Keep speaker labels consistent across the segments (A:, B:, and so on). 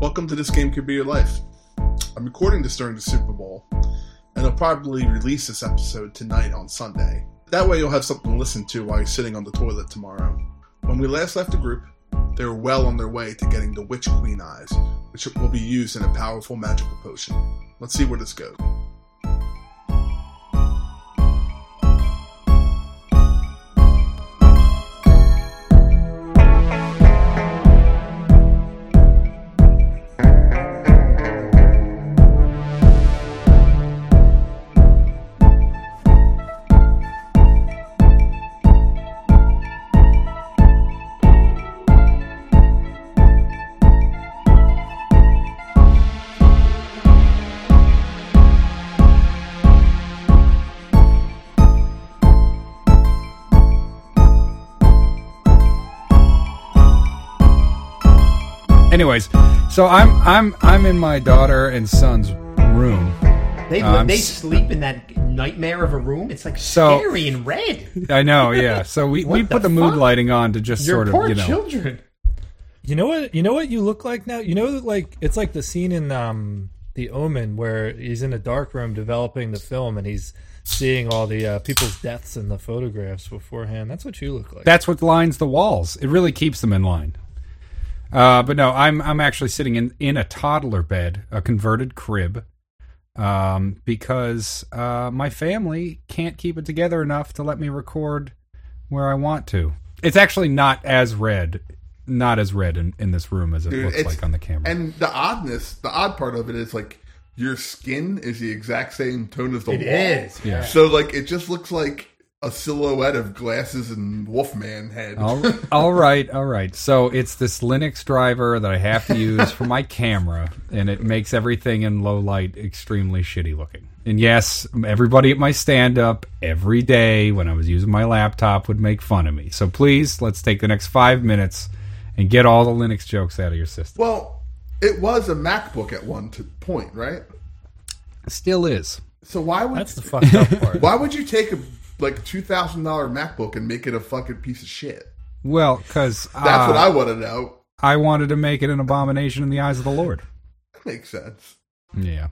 A: Welcome to This Game Could Be Your Life. I'm recording this during the Super Bowl, and I'll probably release this episode tonight on Sunday. That way, you'll have something to listen to while you're sitting on the toilet tomorrow. When we last left the group, they were well on their way to getting the Witch Queen Eyes, which will be used in a powerful magical potion. Let's see where this goes.
B: Anyways, so I'm I'm I'm in my daughter and son's room.
C: They
B: Um,
C: they
B: s-
C: sleep in that nightmare of a room. It's like
B: So-
C: scary and red.
B: I know, yeah. So we, we
C: What
B: put
C: the
B: the mood
C: fuck?
B: lighting on to just
C: Your
B: sort
C: poor
B: of you know.
C: children.
D: You know what? You know what you look like now. You know, like it's like the scene in um, the Omen where he's in a dark room developing the film and he's seeing all the uh, people's deaths in the photographs beforehand. That's what you look like.
B: That's what lines the walls. It really keeps them in line. Uh, but no, I'm I'm actually sitting in in a toddler bed, a converted crib, um, because uh, my family can't keep it together enough to let me record where I want to. It's actually not as red, not as red in, in this room as it
A: Dude,
B: looks
A: it's-
B: like on the camera.
A: And the oddness, the odd part of it is like your skin is the exact same tone as the
C: It
A: wall.
C: is.
B: Yeah.
A: So like it just looks like a silhouette of glasses and Wolfman head.
B: all, all right, all right. So it's this Linux driver that I have to use for my camera, and it makes everything in low light extremely shitty looking. And yes, everybody at my stand up every day when I was using my laptop would make fun of me. So please, let's take the next five minutes and get all the Linux jokes out of your system.
A: Well, it was a MacBook at one t- point, right?
B: Still is.
A: So why would
D: That's the fucked up part.
A: why would you take a like two thousand dollar MacBook and make it a fucking piece of shit?
B: Well, because
A: That's what I want to know.
B: I wanted to make it an abomination in the eyes of the Lord.
A: That makes sense.
B: Yeah.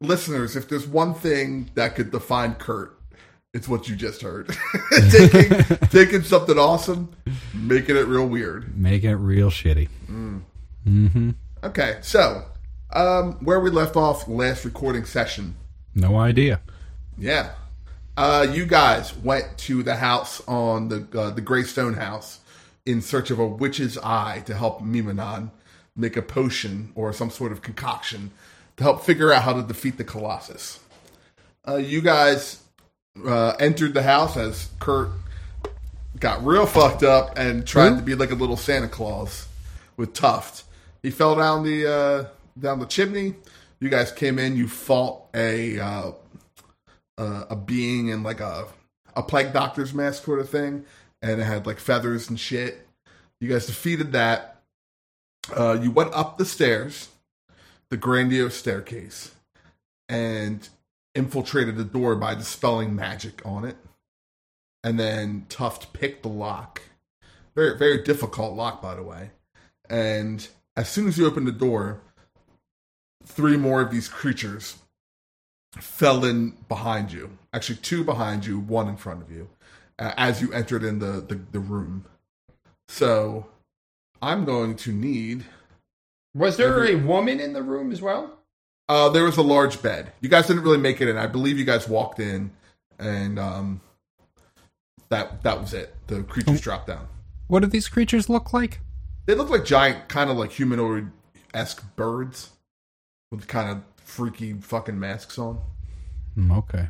A: Listeners, if there's one thing that could define Kurt, it's what you just heard. taking taking something awesome, making it real weird.
B: Making it real shitty.
A: Okay, so um, where we left off last recording session,
B: No idea.
A: yeah, uh, you guys went to the house on the uh, the Greystone house in search of a witch's eye to help Mimonon make a potion or some sort of concoction to help figure out how to defeat the Colossus. Uh, you guys uh, entered the house as Kurt got real fucked up and tried to be like a little Santa Claus with Tuft. He fell down the uh, down the chimney. You guys came in. You fought a uh, uh, a being in like a a plague doctor's mask sort of thing, and it had like feathers and shit. You guys defeated that. Uh, you went up the stairs, the grandiose staircase, and infiltrated the door by dispelling magic on it and then Tuft picked the lock. Very, very difficult lock, by the way. And as soon as you opened the door, three more of these creatures fell in behind you. Actually, two behind you, one in front of you, uh, as you entered in the, the, the room. So I'm going to need.
C: Was there a woman in the room as well?
A: Uh, there was a large bed. You guys didn't really make it in. I believe you guys walked in, and um, that that was it. The creatures dropped down.
B: What do these creatures look like?
A: They look like giant, kind of like humanoid esque birds with kind of freaky fucking masks on.
B: Mm, Okay.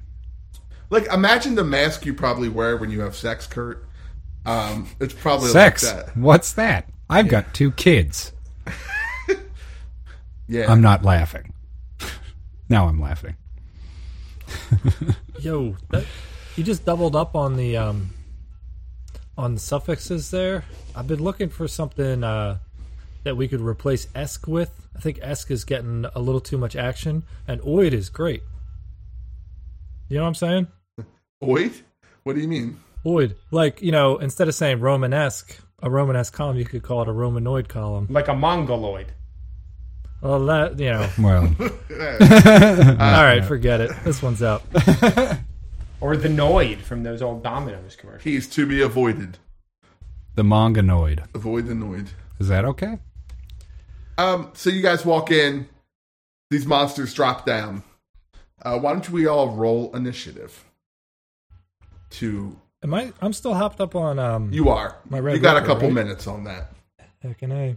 A: Like, imagine the mask you probably wear when you have sex, Kurt. Um, it's probably
B: Sex.
A: like that.
B: What's that? I've got two kids.
A: Yeah.
B: I'm not laughing. now I'm laughing.
D: Yo, that, you just doubled up on the um, on the suffixes there. I've been looking for something uh, that we could replace esque with. I think esque is getting a little too much action, and oid is great. You know what I'm saying?
A: Wait, what do you mean?
D: Oid, like you know, instead of saying Romanesque, a Romanesque column, you could call it a Romanoid column.
C: Like a mongoloid.
D: Well, that you know.
B: Well,
D: all right, forget it. This one's out.
C: Or the Noid from those old Domino's commercials.
A: He's to be avoided.
B: the monganoid.
A: Avoid the noid.
B: Is that okay?
A: Um, so you guys walk in. These monsters drop down. Uh, why don't we all roll initiative? To
D: Am I? I'm still hopped up on. Um,
A: you are.
D: My red
A: you got a
D: marker,
A: couple
D: right?
A: minutes on that.
D: Heck, and I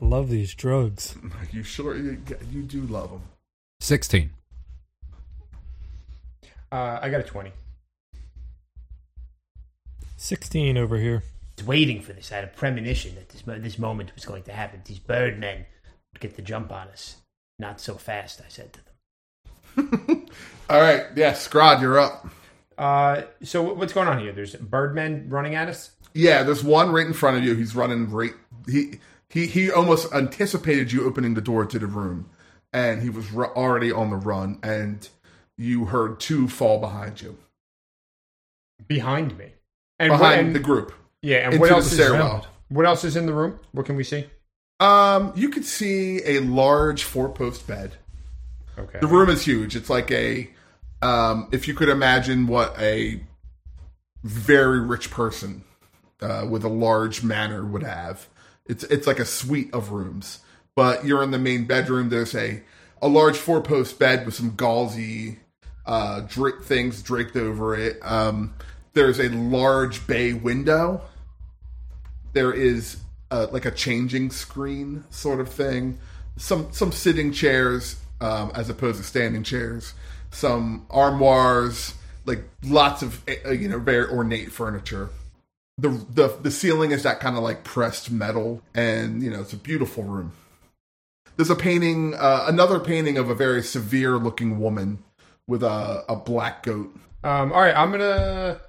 D: love these drugs.
A: You sure you, you do love them?
B: 16.
C: Uh, I got a 20.
D: Sixteen over here.
C: was waiting for this. I had a premonition that this mo- this moment was going to happen. These birdmen would get the jump on us. Not so fast, I said to them.
A: All right. Yeah, Scrod, you're up.
C: Uh, so wh- what's going on here? There's birdmen running at us.
A: Yeah, there's one right in front of you. He's running right. He he he almost anticipated you opening the door to the room, and he was r- already on the run. And you heard two fall behind you,
C: behind me. And what,
A: behind
C: and-
A: the group.
C: yeah, and
A: into
C: what
A: the
C: else is
A: stairwell.
C: around? What else is in the room? What can we see?
A: Um, you could see a large four post bed.
C: Okay.
A: The room is huge. It's like a, um, if you could imagine what a very rich person uh, with a large manor would have. It's it's like a suite of rooms, but you're in the main bedroom. There's a a large four post bed with some gauzy uh, drip things draped over it. Um, there's a large bay window. There is uh like a changing screen sort of thing. Some some sitting chairs um, as opposed to standing chairs. Some armoires, like lots of uh, you know very ornate furniture the the the ceiling is that kind of like pressed metal, and you know it's a beautiful room. There's a painting, uh, another painting of a very severe looking woman with a a black goat.
C: Um, all right, I'm gonna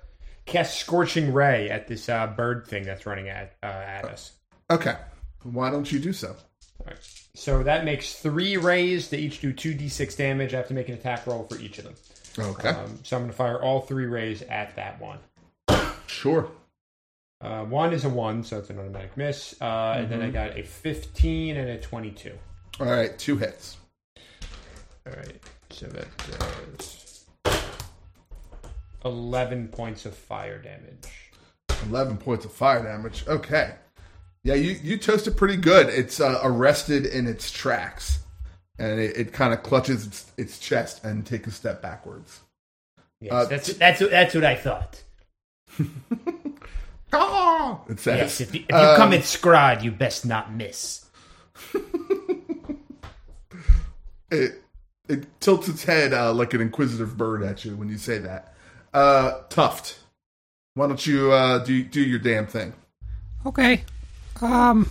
C: cast scorching ray at this uh, bird thing that's running at uh, at us.
A: Okay, why don't you do so?
C: All right. So that makes three rays. They each do two d6 damage. I have to make an attack roll for each of them.
A: Okay,
C: Um, so I'm gonna fire all three rays at that one.
A: sure.
C: Uh, one is a one, so it's an automatic miss. Uh, And then I got a 15 and a 22.
A: All right, two hits.
C: All right, so that does 11 points of fire damage.
A: Eleven points of fire damage. Okay, yeah, you you toasted pretty good. It's uh, arrested in its tracks, and it, it kind of clutches its, its chest and takes a step backwards.
C: Yes,
A: Uh,
C: that's that's that's what I thought.
A: Ah! It says. um,
C: Yes, Um, if you, if you come at Scrod, you best not miss.
A: it it tilts its head uh, like an inquisitive bird at you when you say that. Uh, Tuft, why don't you uh, do do your damn thing?
B: Okay. Um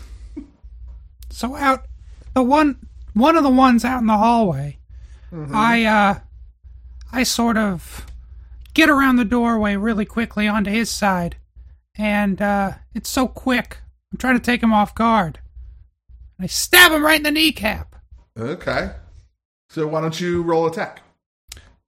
B: so out the one one of the ones out in the hallway.
A: Mm-hmm.
B: I uh I sort of get around the doorway really quickly onto his side. And uh it's so quick. I'm trying to take him off guard. And I stab him right in the kneecap.
A: Okay, so why don't you roll attack?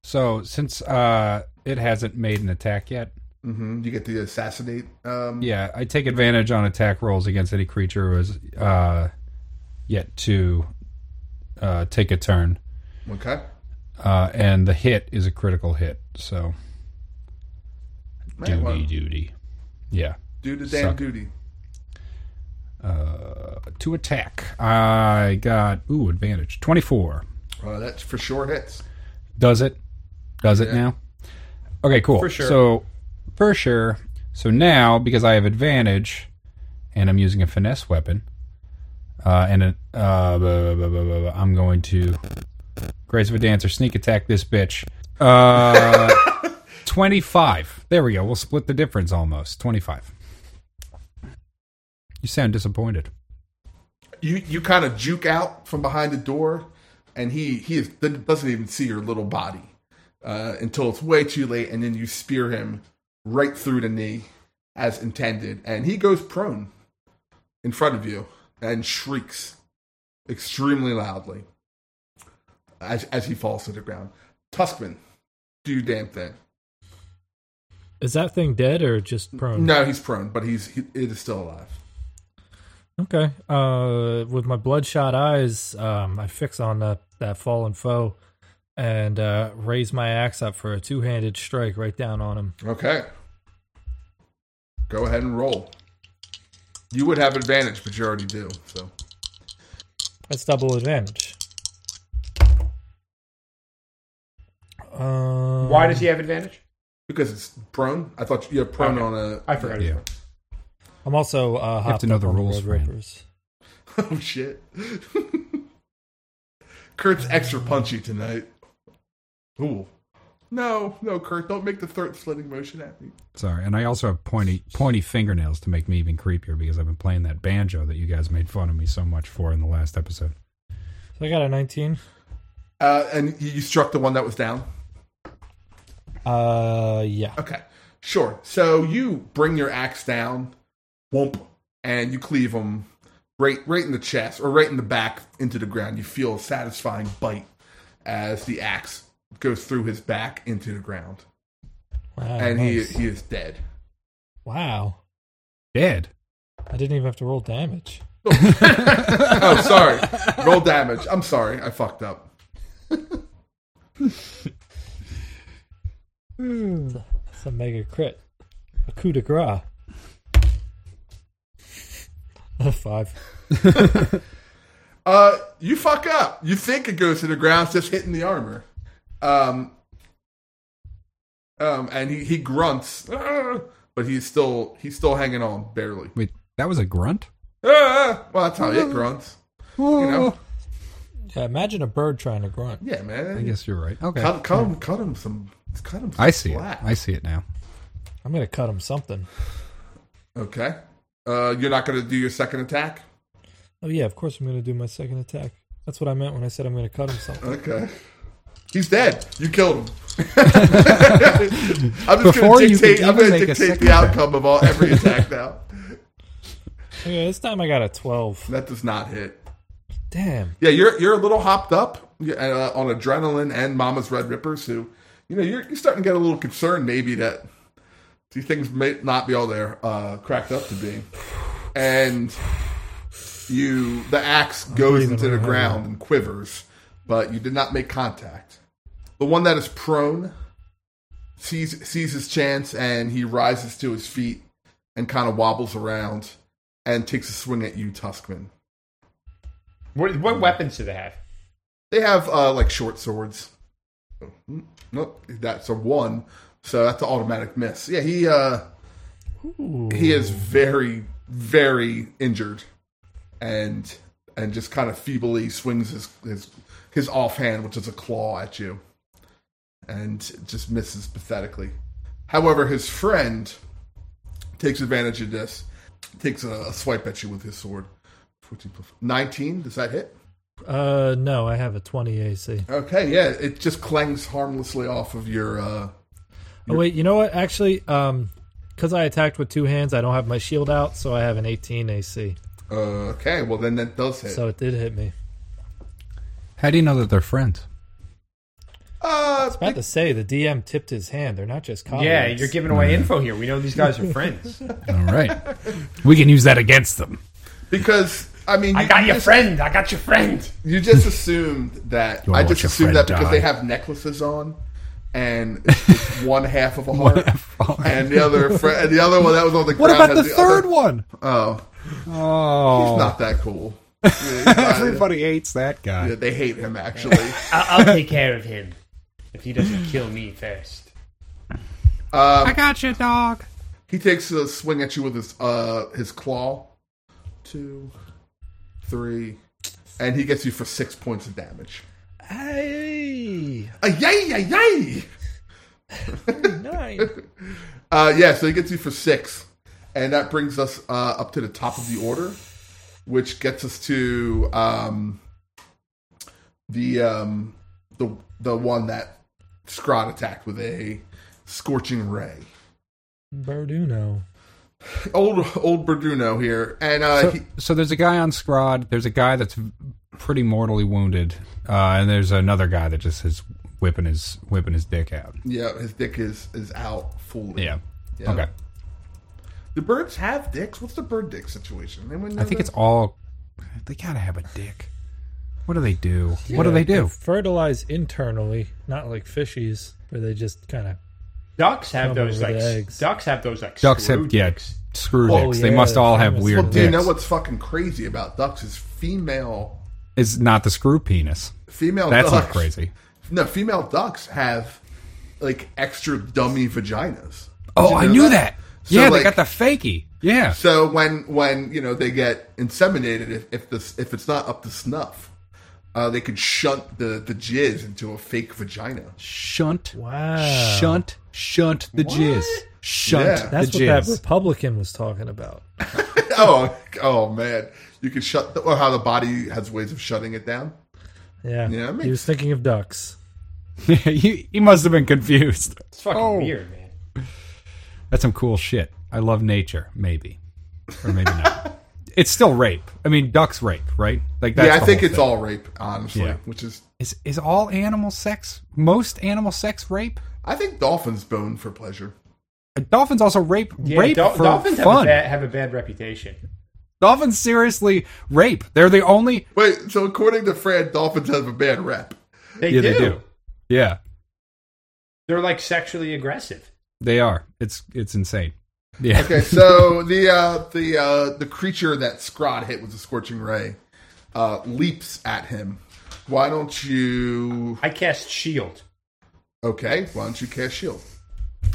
B: So since uh it hasn't made an attack yet,
A: hmm You get the assassinate. Um,
B: Yeah, I take advantage on attack rolls against any creature who has uh, yet to uh, take a turn,
A: Okay.
B: uh, and the hit is a critical hit. So
A: Man, why-
B: duty, duty. Yeah,
A: do the damn
B: Suck.
A: duty.
B: uh, to attack. I got ooh advantage twenty four.
A: Uh, that's for sure hits.
B: Does it? Does it now? Okay, cool.
C: For sure.
B: So for sure. So now because I have advantage, and I'm using a finesse weapon, uh, and a, uh, bu- bu- bu- bu- bu- I'm going to grace of a dancer sneak attack this bitch. Uh, twenty five. There we go. We'll split the difference almost. Twenty five. You sound disappointed.
A: You you kind of juke out from behind the door, and he he is, doesn't even see your little body uh, until it's way too late, and then you spear him right through the knee as intended, and he goes prone in front of you and shrieks extremely loudly as as he falls to the ground. Tuskman, do your damn thing.
D: Is that thing dead or just prone?
A: No, he's prone, but he's he, it is still alive.
D: Okay. Uh, with my bloodshot eyes, um, I fix on that that fallen foe and uh, raise my axe up for a two handed strike right down on him.
A: Okay. Go ahead and roll. You would have advantage, but you already do. So
D: That's double advantage. Um,
E: Why does he have advantage?
A: because it's prone, I thought you have prone on a.
E: I forgot.
B: Yeah.
D: I'm also uh,
B: have to know the rules, Fran.
D: Rippers.
A: Oh shit! Kurt's extra punchy tonight. Ooh. No, no, Kurt, don't make the throat slitting motion at me.
B: Sorry, and I also have pointy pointy fingernails to make me even creepier because I've been playing that banjo that you guys made fun of me so much for in the last episode.
D: So I got a 19.
A: Uh, and you you struck the one that was down.
D: Uh, yeah.
A: Okay, sure. So you bring your axe down, whoomp, and you cleave him right, right in the chest or right in the back into the ground. You feel a satisfying bite as the axe goes through his back into the ground,
D: Wow.
A: and
D: Oh, nice.
A: he he is dead.
D: wow.
B: Dead.
D: I didn't even have to roll damage.
A: Oh, sorry. Roll damage. I'm sorry. I fucked up.
D: It's a mega crit. A coup de grace. A five.
A: Uh, you fuck up. You think it goes to the ground, it's just hitting the armor. Um, um, and he, he grunts, "Ah," but he's still he's still hanging on barely.
B: Wait, that was a grunt.
A: Ah! Well, that's how it grunts. You know?
D: Yeah, imagine a bird trying to grunt.
A: Yeah, man.
B: I guess you're right. Okay,
A: Cut, cut him, cut him some. Cut him. Some
B: I see it.
A: slack.
B: I see it now.
D: I'm gonna cut him something.
A: Okay. Uh, you're not gonna do your second attack.
D: Oh yeah, of course I'm gonna do my second attack. That's what I meant when I said I'm gonna cut him something.
A: Okay. He's dead. You killed him. I'm just
B: Before
A: going to
B: you
A: dictate.
B: could
A: I'm
B: even
A: going to
B: make a
A: dictate
B: second
A: the outcome of all every attack now.
D: Okay, this time I got a twelve.
A: That does not hit.
D: Damn.
A: Yeah, you're you're a little hopped up uh, on adrenaline and Mama's Red Rippers. Who, you know, you're, you're starting to get a little concerned. Maybe that these things may not be all they're uh, cracked up to be. And you, the axe goes
D: breathing
A: into the
D: on her.
A: ground and quivers, but you did not make contact. The one that is prone sees sees his chance and he rises to his feet and kind of wobbles around and takes a swing at you, Tuskman.
E: What, what weapons do they have?
A: They have uh, like short swords. Mm, Nope, that's a one, so that's an automatic miss. Yeah, he uh, he is very very injured, and and just kind of feebly swings his his his offhand, which is a claw at you, and just misses pathetically. However, his friend takes advantage of this, takes a, a swipe at you with his sword. 14 plus 19, does that hit?
D: Uh no, I have a twenty AC.
A: Okay, yeah, it just clangs harmlessly off of your. uh
D: Oh wait, you know what? Actually, um because I attacked with two hands, I don't have my shield out, so I have an eighteen AC.
A: uh, Okay, well then that does hit.
D: So it did hit me.
B: How do you know that they're friends?
A: uh,
D: I was about to say the DM tipped his hand. They're not just colleagues.
E: Yeah, you're giving away info here. We know these guys are friends.
B: All right, we can use that against them.
A: because I mean, you,
E: I got
A: you
E: your
A: just,
E: friend. I got your friend.
A: you just assumed that.
B: You
A: I
B: wanna
A: just
B: watch your
A: assumed that
B: friend
A: because
B: die.
A: they have necklaces on, and it's, it's one half of a heart, and the other fr- and the other one that was on the.
B: What
A: ground
B: about the
A: has
B: third
A: other-
B: one?
A: Oh,
B: Oh,
A: not that cool. Yeah, he's not-
B: everybody hates that guy.
A: yeah, they hate him actually.
C: I'll, I'll take care of him if he doesn't kill me first.
B: I got you, dog.
A: He takes a swing at you with his uh his claw. Two, three, and he gets you for six points of damage.
D: Hey,
A: Uh, yay! Yay! Yay!
D: nine.
A: Uh, yeah, so he gets you for six, and that brings us uh, up to the top of the order, which gets us to um, the um, the the one that Scrod attacked with a scorching ray.
D: Barduno.
A: Old old Berduno here, and uh,
B: So,
A: he,
B: so there's a guy on Scrod. There's a guy that's pretty mortally wounded, uh, and there's another guy that just is whipping his whipping his dick out.
A: yeah, his dick is is out fully.
B: Yeah.
A: Yeah.
B: Okay.
A: Do birds have dicks? What's the bird dick situation? Anyone know
B: I think
A: that?
B: it's all. They gotta have a dick. What do they do? What do they do?
D: Fertilize internally, not like fishies, where they just kind of.
C: Ducks have
D: Some
C: those
D: over
C: like
D: the eggs.
C: ducks have those like
B: Ducks
C: screw
B: have yeah,
C: dicks.
B: screw
D: Oh,
B: dicks. they
D: yeah,
B: must all have
D: famous.
B: weird
D: Well,
A: Do you
B: dicks.
A: know what's fucking crazy about ducks is female
B: It's not the screw penis.
A: female
B: That's
A: ducks.
B: not crazy.
A: No, female ducks have like extra dummy vaginas. Did
B: Oh,
A: you
B: I
A: know
B: knew that.
A: So,
B: yeah,
A: like-
B: they got the fakie. Yeah.
A: So when when you know they get inseminated, if if this if it's not up to snuff, uh, they could shunt the the jizz into a fake vagina.
B: Shunt.
D: Wow.
B: Shunt. Shunt the jizz. Shunt
A: Yeah.
B: the
D: That's what
B: jizz.
D: that Republican was talking about.
A: Oh, oh man, you could shut the, or how the body has ways of shutting it down.
D: Yeah.
A: Yeah, it
D: he was thinking of ducks.
B: he, he must have been confused.
C: It's fucking
B: Oh.
C: weird, man.
B: That's some cool shit. I love nature, maybe, or maybe not. It's still rape. I mean, ducks rape, right? Like that's
A: yeah, I
B: the
A: think
B: whole
A: it's
B: thing.
A: all rape, honestly.
B: Yeah.
A: Which is,
B: Is is all animal sex? Most animal sex rape.
A: I think dolphins bone for pleasure.
B: Dolphins also rape
C: Yeah,
B: rape
C: dol-
B: for
C: dolphins have a,
B: fun.
C: bad, have a bad reputation.
B: dolphins seriously rape. They're the only.
A: Wait, so according to Fred, dolphins have a bad rep.
C: They,
B: yeah,
C: do.
B: they do. Yeah,
C: They're like sexually aggressive.
B: they are. It's it's insane. Yeah.
A: Okay, so the uh, the uh, the creature that Scrod hit with the scorching ray uh, leaps at him. Why don't you?
C: I cast shield,
A: Okay, why don't you cast shield?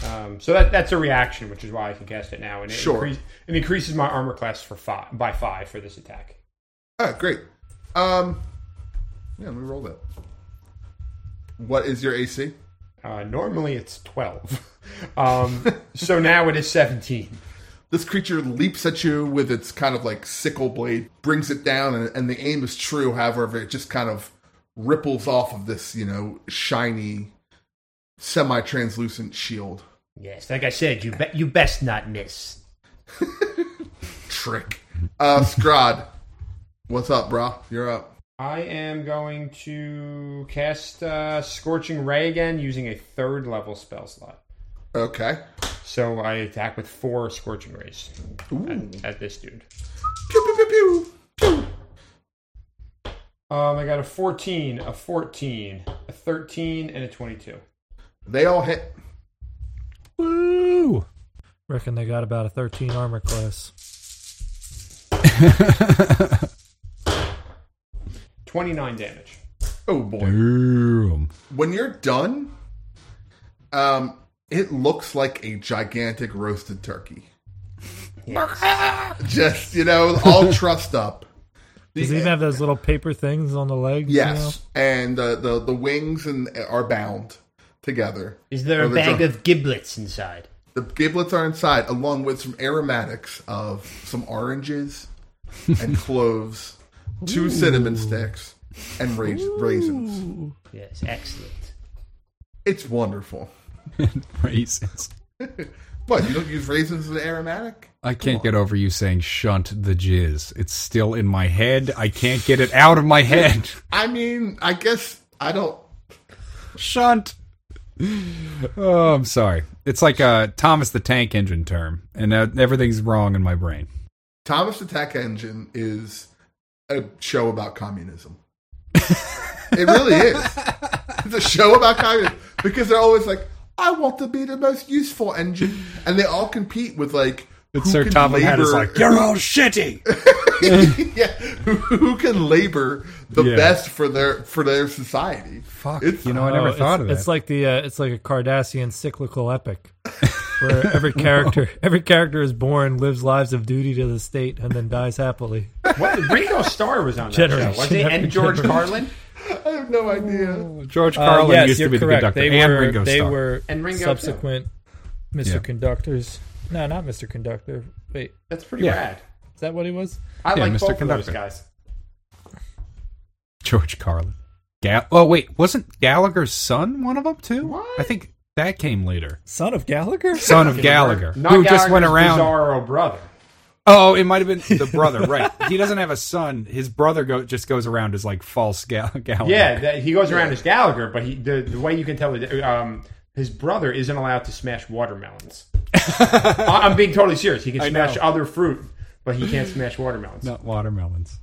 C: um, so that that's a reaction, which is why I can cast it now, and it,
A: Sure.
C: increase- it increases my armor class for five by five for this attack.
A: Oh, great. Um, yeah, let me roll that. What is your AC?
C: Uh, normally it's twelve, um, so now it is seventeen.
A: This creature leaps at you with its kind of like sickle blade, brings it down, and, and the aim is true. However, it just kind of ripples off of this, you know, shiny, semi-translucent shield
F: Yes, like I said, you be- you best not miss.
A: trick. Uh, Scrod, what's up, bro? You're up.
C: I am going to cast uh, Scorching Ray again using a third level spell slot.
A: Okay.
C: So I attack with four Scorching Rays
A: Ooh.
C: at, at this dude.
A: Pew, pew, pew, pew.
C: Um, I got a 14, a 14, a 13, and a 22.
A: They all hit.
B: Woo!
D: Reckon they got about a 13 armor class.
C: 29 damage.
A: Oh boy.
B: Boom.
A: when you're done, um, it looks like a gigantic roasted turkey. Just you know, all trussed up.
D: Does it even have those little paper things on the legs? you know?
A: yes, and the, the the wings and are bound together.
F: Is there
A: Oh,
F: a
A: they're
F: bag
A: drunk.
F: of giblets inside?
A: The giblets are inside, along with some aromatics of some oranges and cloves, two cinnamon sticks, and rais- raisins.
F: Yes, excellent.
A: It's wonderful.
B: Raisins.
A: What you don't use raisins as an aromatic?
B: I can't get over you saying shunt the jizz. It's still in my head. I can't get it out of my head.
A: I mean, I guess I don't.
B: Shunt. Oh, I'm sorry. It's like a Thomas the Tank Engine term, and uh, everything's wrong in my brain.
A: Thomas the Tank Engine is a show about communism. it really is. It's a show about communism because they're always like, I want to be the most useful engine, and they all compete with like.
B: But
A: who
B: Sir
A: can
B: Tom Hat is
A: labor-
B: like, you're all shitty.
A: yeah, who, who can labor the
B: Yeah.
A: best for their for their society?
B: Fuck.
A: It's-
B: you know, I never
D: Oh, it's-
B: thought of that.
D: It's like the uh, it's like a Cardassian cyclical epic, where every character every character is born, lives lives of duty to the state, and then dies happily.
C: What? Ringo Starr was on that
D: Generation
C: show, wasn't he?
D: after
C: And George
D: generation.
C: Carlin?
A: I have no idea.
B: George
D: uh,
B: Carlin Uh, used to be the conductor and Ringo Starr.
D: were
C: And Ringo, too.
D: subsequent
C: subsequent
D: Mr.
B: Yeah.
D: Conductors. No, not Mr. Conductor. Wait,
C: That's pretty
B: Yeah.
C: rad.
D: is that what he was?
C: I
B: Yeah,
C: like
B: Mr.
C: both of
B: Conductor.
C: those guys.
B: George Carlin. Ga- oh wait, wasn't Gallagher's son one of them too? I think that came later.
D: Son of Gallagher.
B: Son of Gallagher,
C: Not
B: who just went
C: Gallagher's
B: around.
C: Bizarro brother.
B: Oh, it might have been the brother, right? he doesn't have a son. His brother go- just goes around as like false Gal- Gallagher.
C: Yeah, that, he goes around as Gallagher, but he, the, the way you can tell, it, um, his brother isn't allowed to smash watermelons.
E: I- I'm being totally serious. He can
B: I
E: smash
B: know.
E: other fruit, but he can't smash watermelons.
B: Not watermelons.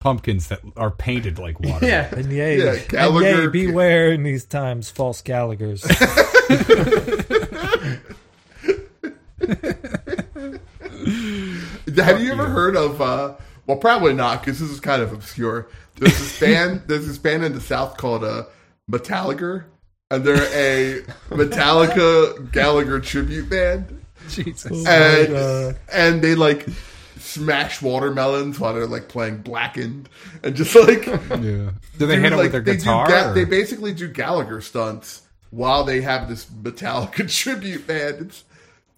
B: Pumpkins that are painted like watermelons.
E: Yeah.
D: And yay,
A: Yeah,
D: and yay,
A: Gallagher-
D: E beware in these times, false Gallagher's.
A: Have you ever heard of? Uh, well, probably not, because this is kind of obscure. There's this band. there's this band in the South called uh, Metallica, and they're a Metallica Gallagher tribute band,
B: Jesus.
A: and
D: God.
A: and they like smash watermelons while they're like playing Blackened, and just like
B: Yeah. Do they hit it
A: like,
B: with their
A: they do
B: guitar?
A: Ga-
B: or-
A: they basically do Gallagher stunts while they have this Metallica tribute band. It's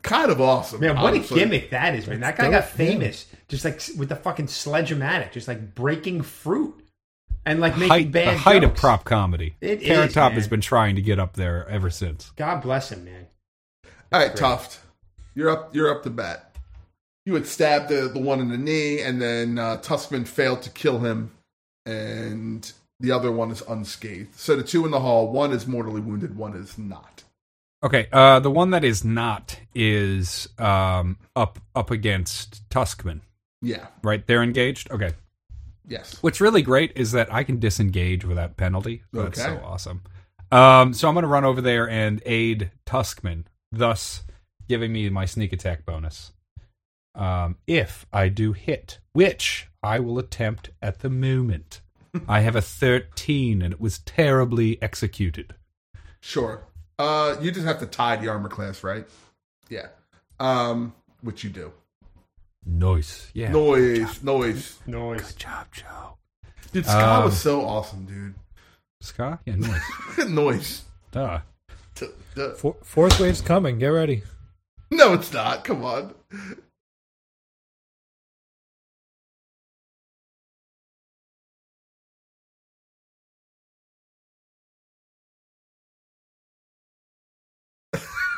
A: kind of awesome.
E: Man, what
A: honestly.
E: a gimmick that is, man. That guy got famous just like s- with the fucking sledge-o-matic, just like breaking fruit and like making
B: height,
E: bad
B: the height of
E: jokes.
B: prop comedy.
E: It
B: Carrot
E: is,
B: Top
E: man.
B: has been trying to get up there ever since.
E: God bless him, man.
A: All right, Tuft, you're up. You're up to bat. You had stabbed the, the one in the knee, and then uh, Tuskman failed to kill him, and the other one is unscathed. So the two in the hall, one is mortally wounded, one is not.
B: Okay, uh, the one that is not is um, up up against Tuskman,
A: Yeah.
B: right? They're engaged. Okay.
A: Yes.
B: What's really great is that I can disengage without penalty. So That's
A: Okay.
B: so awesome. Um, so I'm going to run over there and aid Tuskman, thus giving me my sneak attack bonus. Um, if I do hit, which I will attempt at the moment. I have a 13 and it was terribly executed.
A: Sure. Uh, you just have to tie the armor class, right? Yeah. Um, which you do.
B: Nice. Yeah.
A: Noise, noise.
E: Noise.
B: job, Joe.
A: Dude, Scott
B: Um,
A: was so awesome, dude.
B: Ska? Yeah, nice.
A: noise.
B: Duh.
A: T- t-
D: Four, fourth wave's coming. Get ready.
A: No, it's not. Come on.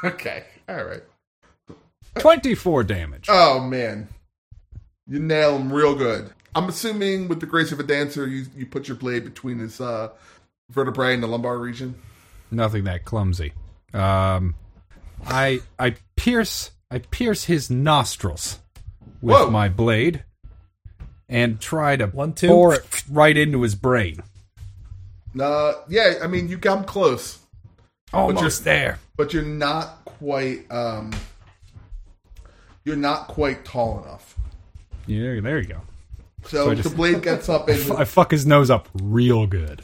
A: okay. All right.
B: 24 damage.
A: Oh man, you nail him real good. I'm assuming with the grace of a dancer, you you put your blade between his uh, vertebrae and the lumbar region.
B: nothing that clumsy. Um, I I pierce I pierce his nostrils with
A: Whoa.
B: my blade and try to
D: One, two.
B: bore it right into his brain.
A: Uh, yeah. I mean, you come close.
B: Almost there.
A: but you're not quite um you're not quite tall enough.
B: Yeah, there you go.
A: So,
B: So I
A: the
B: just-
A: blade gets up in
B: I fuck his nose up real good.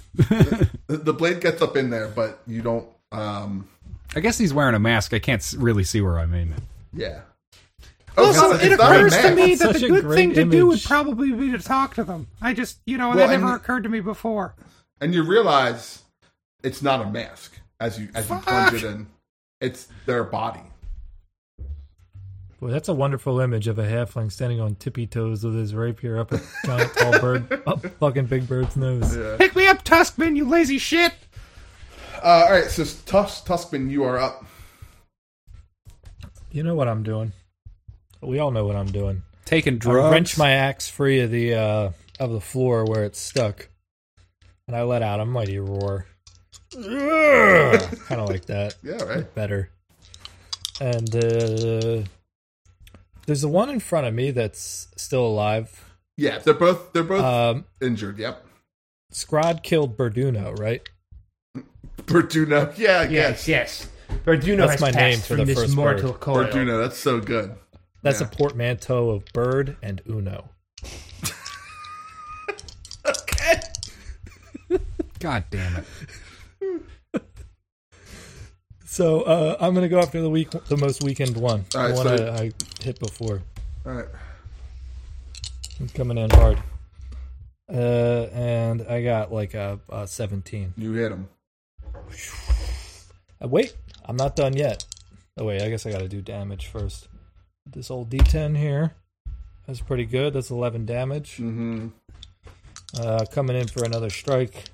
A: the blade gets up in there, but you don't um
B: I guess he's wearing a mask. I can't s- really see where I'm aiming.
A: yeah. Oh,
B: Also,
A: it's
B: it
A: not a
B: occurs to
A: mask.
B: me
D: That's
B: that
D: such
B: the
D: a
B: good
D: great
B: thing to do would
D: image.
B: probably be to talk to them. I just, you know,
A: Well,
B: that
A: and-
B: never occurred to me before.
A: And you realize it's not a mask as you as you plunge it in. It's their body.
D: Boy, that's a wonderful image of a halfling standing on tippy toes with his rapier up a giant tall bird, up fucking big bird's nose.
B: Pick me up, Tuskman, you lazy shit.
A: Uh, all right, so Tus- Tuskman, you are up.
D: You know what I'm doing. We all know what I'm doing.
B: Taking
D: I
B: drugs.
D: wrench my axe free of the uh, of the floor where it's stuck, and I let out a mighty roar, kind of like that.
A: Yeah, right.
D: better. And uh, there's the one in front of me that's still alive.
A: Yeah, they're both they're
B: Uh,
A: both
D: Um,
A: injured. Yep.
D: Scrod killed Berduno, right?
A: Bertuna. Yeah, yes.
E: Yes, yes. Verduno
D: That's
E: has
D: my
E: passed
D: name for
E: from
D: the
E: this
D: first
E: mortal
D: bird.
E: coil.
A: Bertuna, that's so good.
D: That's
A: Yeah.
D: a portmanteau of bird and Uno.
A: Okay.
B: God damn it.
D: So uh, I'm gonna go after the week, the most weakened one,
A: All right,
D: the one
A: so-
D: I, I hit before.
A: All right.
D: I'm coming in hard. Uh, and I got like a, a 17.
A: You hit him.
D: Uh, wait, I'm not done yet. Oh wait, I guess I gotta do damage first. This old D10 here. That's pretty good. That's 11 damage.
A: Mm-hmm.
D: Uh, coming in for another strike.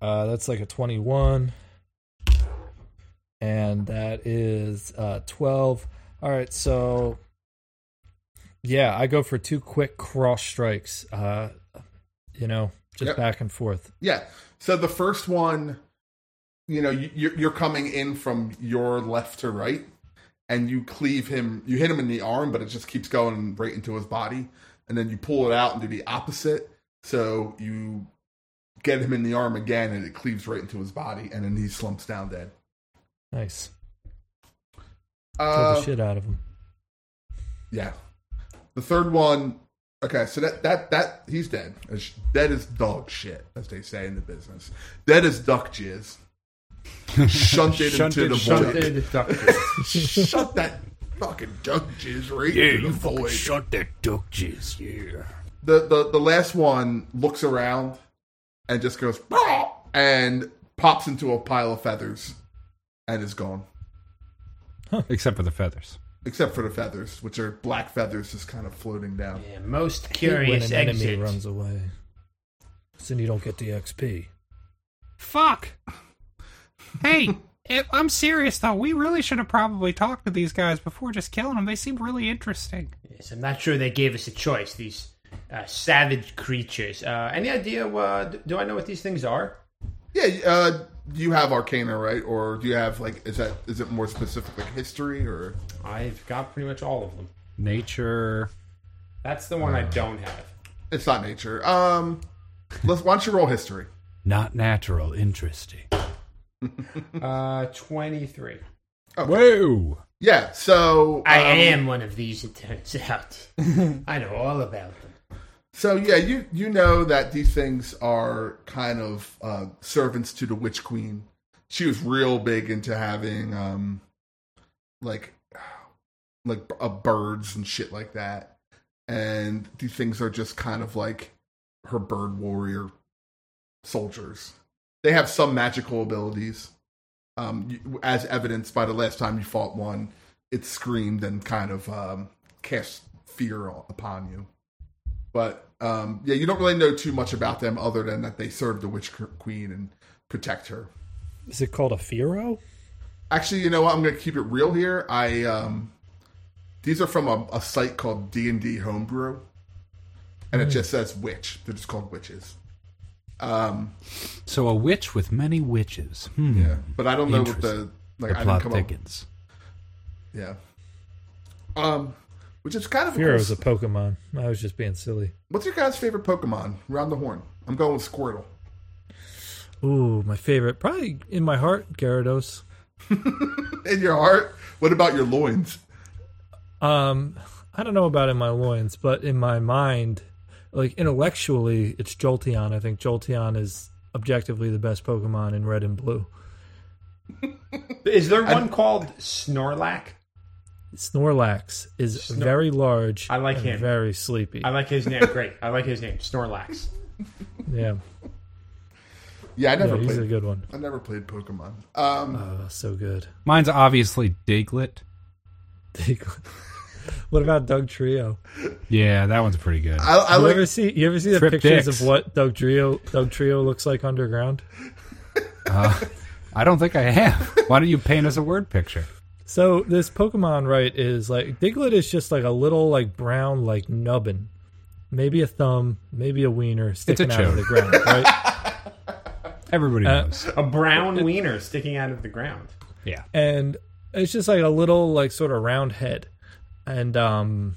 D: Uh, that's like a 21. And that is uh, 12. All right, so yeah, I go for two quick cross strikes. Uh, you know, just
A: Yep.
D: back and forth.
A: Yeah. So the first one you know, you- you're, you're coming in from your left to right, and you cleave him. You hit him in the arm, but it just keeps going right into his body, and then you pull it out and do the opposite. So you get him in the arm again, and it cleaves right into his body, and then he slumps down dead.
D: Nice. Kill
A: Uh,
D: the shit out of him.
A: Yeah. The third one. Okay, so that that that he's dead. As- Dead as dog shit, as they say in the business. Dead as duck jizz. Shunted, into
B: Shunted,
A: the
E: Shunted
A: void.
E: deducted.
A: Shut that fucking duck jizz right into the void.
B: shut that duck jizz, yeah.
A: the, the the last one looks around and just goes "Bah!" and pops into a pile of feathers and is gone.
B: Except for the feathers.
A: Except for the feathers, which are black feathers just kind of floating down.
C: Yeah, most
D: Hate when
C: curious
D: an
C: exit.
D: enemy runs away. 'Cause Then you don't get the XP.
B: Fuck. Hey, if, I'm serious though. We really should have probably talked to these guys before just killing them. They seem really interesting.
C: Yes, I'm not sure they gave us a choice. These uh, savage creatures. Uh, any idea? Uh, d- do I know what these things are?
A: Yeah, uh, you have Arcana, right? Or do you have like is that is it more specific like history or
E: I've got pretty much all of them.
B: Nature.
E: That's the one I don't have.
A: it's not nature? Um, let's why don't you roll history?
B: Not natural. Interesting.
E: Uh, 23.
B: Whoa.
A: Yeah, so
C: I
A: um,
C: am one of these. It turns out. I know all about them.
A: So yeah, you you know that these things are kind of uh, servants to the witch queen. She was real big into having um, like like uh, birds and shit like that, and these things are just kind of like her bird warrior soldiers. They have some magical abilities, um, you- as evidenced by the last time you fought one. It screamed and kind of um, cast fear upon you but um, yeah, you don't really know too much about them other than that they serve the witch queen and protect her.
D: Is it called a Firo?
A: Actually, you know what? I'm going to keep it real here. I um, these are from a, a site called D and D Homebrew, and
B: Hmm.
A: it just says witch. They're just called witches. Um,
B: So a witch with many witches. Hmm.
A: yeah, but I don't know what the
B: Interesting.
A: like.
B: The
A: I didn't
B: plot
A: come up.
B: thickens.
A: Yeah. Um, which is kind of a cool
D: Firo is a Pokemon. I was just being silly.
A: What's your guys' favorite Pokemon? Round the horn. I'm going with Squirtle.
D: Ooh, my favorite, probably in my heart, Gyarados.
A: In your heart, what about your loins?
D: Um, I don't know about in my loins, but in my mind, like intellectually, it's Jolteon. I think Jolteon is objectively the best Pokemon in Red and Blue.
E: Is there one called Snorlax?
D: Snorlax is very large.
E: I like
D: and
E: him.
D: Very sleepy.
E: I like his name. Great. I like his name. Snorlax.
D: yeah,
A: Yeah, I never
D: yeah, he's
A: played.
D: a good one.
A: I never played Pokemon. Um,
B: Uh,
D: Oh, so good.
B: Mine's obviously Diglett.
D: what about Doug Trio?
B: Yeah, that one's pretty good.
A: I, I
D: you
A: like
D: ever see you ever see the
B: Trip
D: pictures
B: dicks.
D: of what Doug Trio Doug Trio looks like underground?
B: I don't think I have. Why don't you paint us a word picture?
D: So this Pokemon right is like Diglett is just like a little like brown like nubbin, maybe a thumb, maybe a wiener sticking out of
B: chode.
D: the ground, right?
B: Everybody
D: Uh,
B: knows.
E: A brown wiener sticking out of the ground.
B: Yeah.
D: and it's just like a little like sort of round head, and um,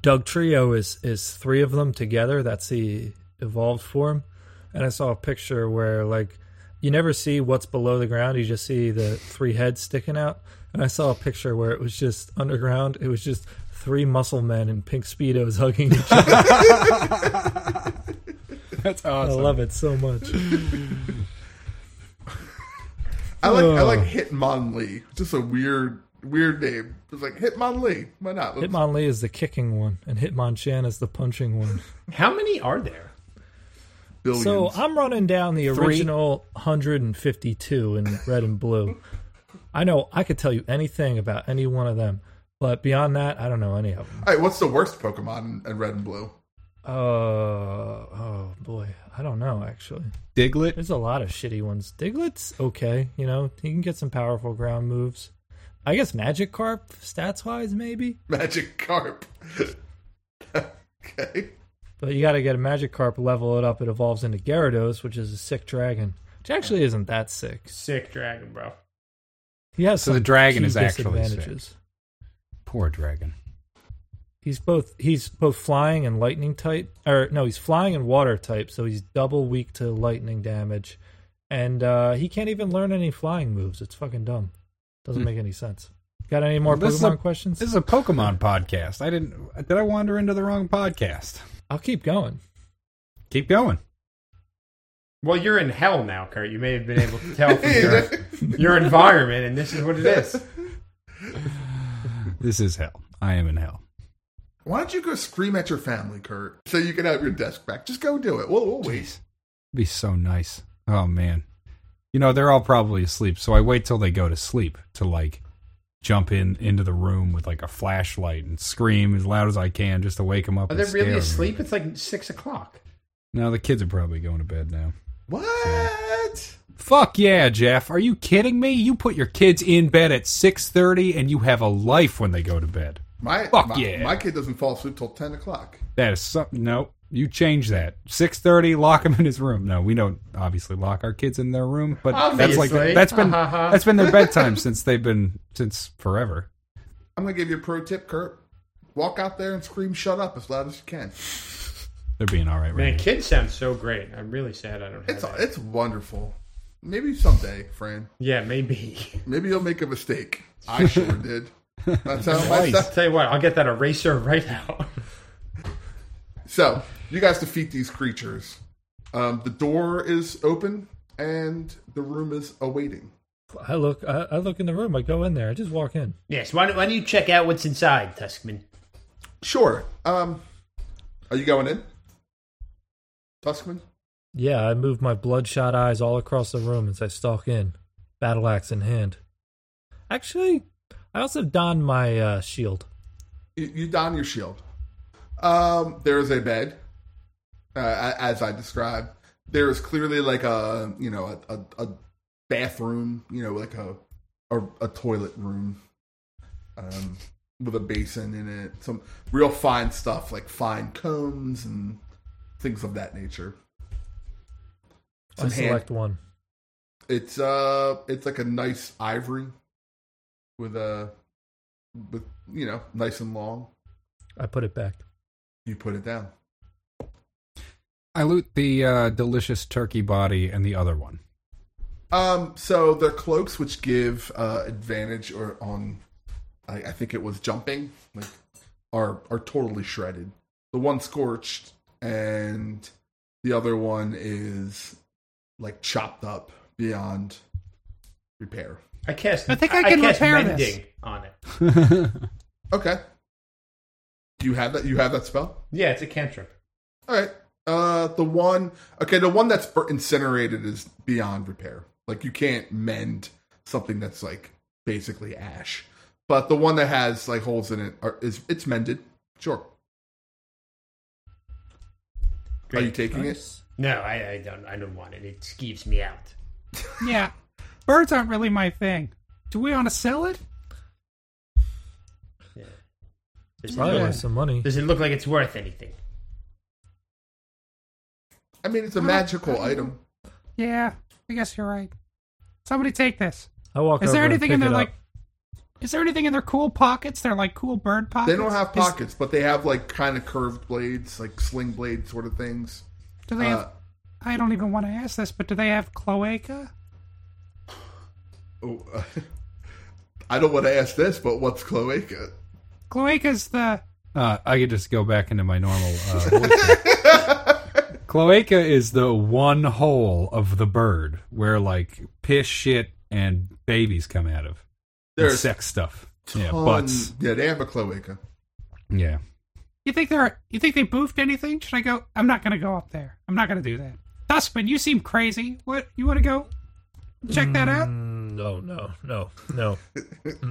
D: Doug Trio is is three of them together. That's the evolved form, and I saw a picture where like you never see what's below the ground. You just see the three heads sticking out. And I saw a picture where it was just underground. It was just three muscle men in pink speedos hugging each other.
B: That's
D: I
B: awesome.
D: love it so much.
A: I like I like Hitmonlee. Just a weird weird name. It's like Hitmonlee. Why not? Let's-
D: Hitmonlee is the kicking one, and Hitmonchan is the punching one.
E: How many are there?
A: billions.
D: So I'm running down the
B: Three.
D: original 152 in red and blue. I know I could tell you anything about any one of them, but beyond that, I don't know any of them.
A: All right, what's the worst Pokemon in, in Red and Blue?
D: Uh, oh boy, I don't know actually.
B: Diglett.
D: There's a lot of shitty ones. Diglett's okay, you know, he can get some powerful ground moves. I guess Magikarp, stats wise, maybe.
A: Magic Carp. okay.
D: But you got to get a Magikarp, level it up. It evolves into Gyarados, which is a sick dragon. Which actually isn't that sick.
E: Sick dragon, bro.
D: He has
B: So the
D: some
B: dragon
D: key
B: is actually sick.
D: disadvantages.
B: Poor dragon.
D: He's both he's both flying and lightning type, or no, he's flying and water type, so he's double weak to lightning damage, and uh, he can't even learn any flying moves. It's fucking dumb. Doesn't make any sense. Got any more
B: Hmm. This is
D: Pokemon
B: a-
D: questions?
B: This is a Pokemon podcast. I didn't. Did I wander into the wrong podcast?
D: I'll keep going.
B: Keep going.
E: Well, you're in hell now, Kurt. You may have been able to tell from your, your environment, and this is what it is.
B: This is hell. I am in hell.
A: Why don't you go scream at your family, Kurt, so you can have your desk back? Just go do it. We'll, we'll wait.
B: Be so nice. Oh man. You know, they're all probably asleep, so I wait till they go to sleep to like jump in into the room with like a flashlight and scream as loud as I can just to wake them up.
E: Are
B: and
E: they
B: scare
E: really
B: 'em.
E: asleep? It's like six o'clock.
B: No, the kids are probably going to bed now.
A: What?
B: Fuck yeah, Jeff. Are you kidding me? You put your kids in bed at 6:30 and you have a life when they go to bed.
A: My
B: Fuck
A: my,
B: yeah.
A: my kid doesn't fall asleep till ten o'clock.
B: That is something. No, you change that. Six thirty, lock him in his room. No, we don't obviously lock our kids in their room, but that's
E: Obviously.
B: like that's been
E: Uh-huh.
B: that's been their bedtime since they've been since forever.
A: I'm gonna give you a pro tip, Kurt. Walk out there and scream "Shut up" as loud as you can.
B: They're being all right right
E: Man,
B: now.
E: kids sound so great. I'm really sad I don't have
A: It's
E: that.
A: it's wonderful. Maybe someday, Fran.
E: Yeah, maybe.
A: Maybe you'll make a mistake. I sure did. That's how my
B: Twice.
A: stuff
E: Tell you what, I'll get that eraser right out.
A: So you guys defeat these creatures. Um, the door is open and the room is awaiting.
D: I look I, I look in the room. I go in there. I just walk in.
C: Yes, why don't, why don't you check out what's inside, Tuskman?
A: Sure. Um, are you going in, Tuskman?
D: Yeah, I move my bloodshot eyes all across the room as I stalk in, battle axe in hand. Actually, I also don my uh, shield.
A: You, you don your shield. Um, there is a bed, uh, a- as I described. There is clearly like a you know a, a, a bathroom, you know like a a, a toilet room, um, with a basin in it. Some real fine stuff like fine combs and things of that nature.
D: I
A: Some hand-
D: select one.
A: It's uh, it's like a nice ivory with a with you know nice and long.
D: I put it back.
A: You put it down.
B: I loot the uh, delicious turkey body and the other one.
A: Um, so their cloaks, which give uh, advantage or on, I, I think it was jumping, like are are totally shredded. The one scorched, and the other one is like chopped up beyond repair.
E: I cast.
B: I think I can
E: cast
B: repair
E: mending
B: this.
E: on it.
A: Okay, you have that. You have that spell.
E: Yeah, it's a cantrip.
A: All right. Uh, the one. Okay, the one that's bur- incinerated is beyond repair. Like you can't mend something that's like basically ash. But the one that has like holes in it are, is it's mended. Sure. Are you taking
E: No, I, I don't. I don't want it. It skeeves me out.
B: yeah, birds aren't really my thing. Do we want to sell it?
E: Does it,
D: Probably
E: look,
D: worth some money.
E: does it look like it's worth anything?
A: it? I mean, it's a magical item.
B: Yeah, I guess you're right. Somebody take this.
D: I walk
B: Is
D: over
B: there
D: and
B: anything in
D: pick
B: their
D: it up.
B: like? Is there anything in their cool pockets? They're like cool bird pockets.
A: They don't have
B: Is-
A: pockets, but they have like kind of curved blades, like sling blade sort of things.
B: do they
A: Uh,
B: have? I don't even want to ask this, but do they have cloaca?
A: oh, I don't want to ask this, but what's cloaca?
B: Cloaca's the. Uh, I could just go back into my normal. Uh, voice. Uh, Cloaca is the one hole of the bird where like piss, shit, and babies come out of. And
A: There's
B: sex stuff. Yeah,
A: ton-
B: butts.
A: Yeah, they have a cloaca.
B: Yeah. You think they're? You think they boofed anything? Should I go? I'm not gonna go up there. I'm not gonna do that. Dustman, you seem crazy. What? You want to go check that out?
D: Mm, no, no, no, no.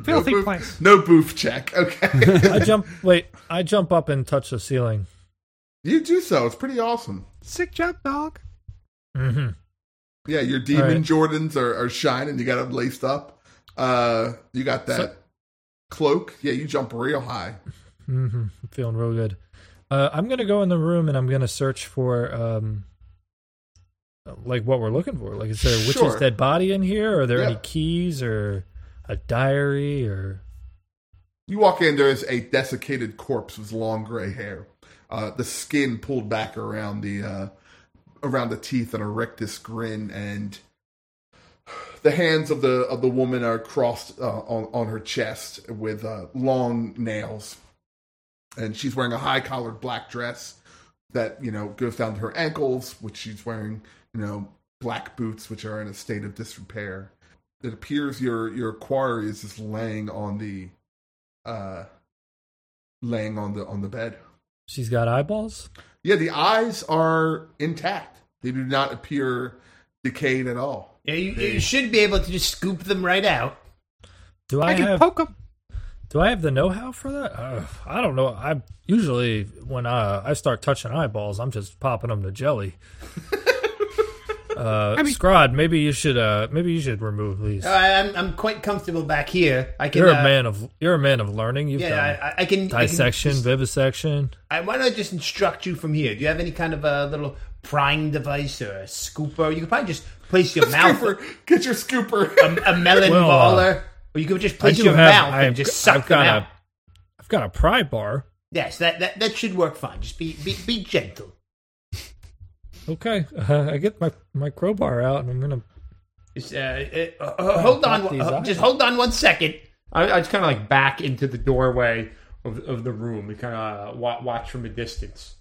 B: Filthy
A: boof-
B: place.
A: No boof check. Okay.
D: I jump. Wait, I jump up and touch the ceiling.
A: you do so. It's pretty awesome.
B: Sick job, dog.
D: Mm-hmm.
A: Yeah, your demon
D: right.
A: Jordans are, are shining. You got them laced up. Uh, you got that
D: So-
A: cloak. Yeah, you jump real high.
D: Mm-hmm. Feeling real good. Uh, I'm gonna go in the room and I'm gonna search for um, like what we're looking for? Like, is there a witch's
A: Sure.
D: dead body in here? Are there
A: Yeah.
D: any keys or a diary or
A: You walk in, there is a desiccated corpse with long gray hair, uh, the skin pulled back around the uh, around the teeth, an erectus grin, and the hands of the of the woman are crossed uh, on on her chest with uh, long nails, and she's wearing a high collared black dress that you know goes down to her ankles, which she's wearing you know black boots, which are in a state of disrepair. It appears your your quarry is just laying on the uh laying on the on the bed.
D: she's got eyeballs?
A: Yeah, the eyes are intact. They do not appear decayed at all.
C: Yeah, you, you should be able to just scoop them right out.
D: Do I,
B: I can
D: have
B: poke them.
D: do I have the know how for that? Uh, I don't know. I usually when I I start touching eyeballs, I'm just popping them to jelly. Uh,
B: mean-
D: Scrod, maybe you should uh, maybe you should remove these.
C: Uh, I'm, I'm quite comfortable back here. I can.
D: you're
C: uh,
D: a man of you're a man of learning. You've
C: Yeah,
D: done
C: I, I- I can I can
D: dissection,
C: just-
D: vivisection.
C: I, why don't I just instruct you from here? Do you have any kind of a little prying device or a scooper? You could probably just place your mouth
A: Scooper, get your scooper.
C: a melon
D: Well, uh,
C: baller, or you could just place
D: do
C: your
D: have-
C: mouth
D: I've
C: and just
D: got-
C: suck
D: I've
C: them
D: got a-
C: out.
D: I've got a pry bar.
C: Yes, that, that that should work fine. Just be be, be gentle.
D: Okay, uh, I get my my crowbar out, and I'm gonna.
C: Just, uh, uh, uh, hold on,
E: these
C: uh,
E: eyes.
C: just hold on one second.
E: I, I just kind of like back into the doorway of, of the room and kind of wa- watch from a distance.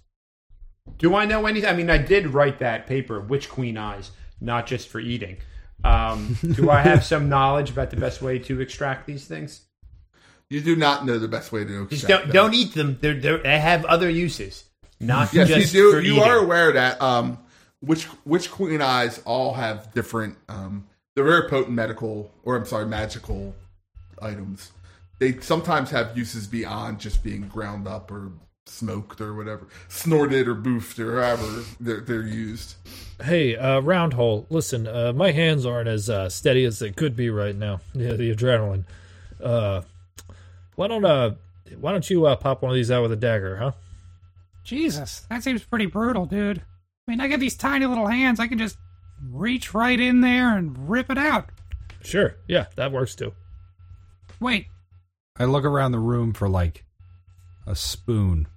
E: Do I know anything? I mean, I did write that paper, Witch Queen Eyes, not just for eating. Um, do I have some knowledge about the best way to extract these things?
A: you do not know the best way to
C: Just
A: extract
C: don't
A: them.
C: don't eat them. They're, they're, they have other uses, not
A: Yes,
C: just
A: you
C: for
A: do. You
C: eating.
A: are aware that um, which which queen eyes all have different. Um, they're very potent medical, or I'm sorry, magical items. They sometimes have uses beyond just being ground up or smoked or whatever, snorted or boofed or however they're, they're used.
D: Hey, uh, round hole. Listen, uh, my hands aren't as uh, steady as they could be right now. Yeah, the adrenaline. Uh, why don't uh, why don't you uh, pop one of these out with a dagger, huh?
B: Jesus, that seems pretty brutal, dude. I mean, I got these tiny little hands. I can just reach right in there and rip it out.
D: Sure. Yeah, that works too.
B: Wait. I look around the room for like a spoon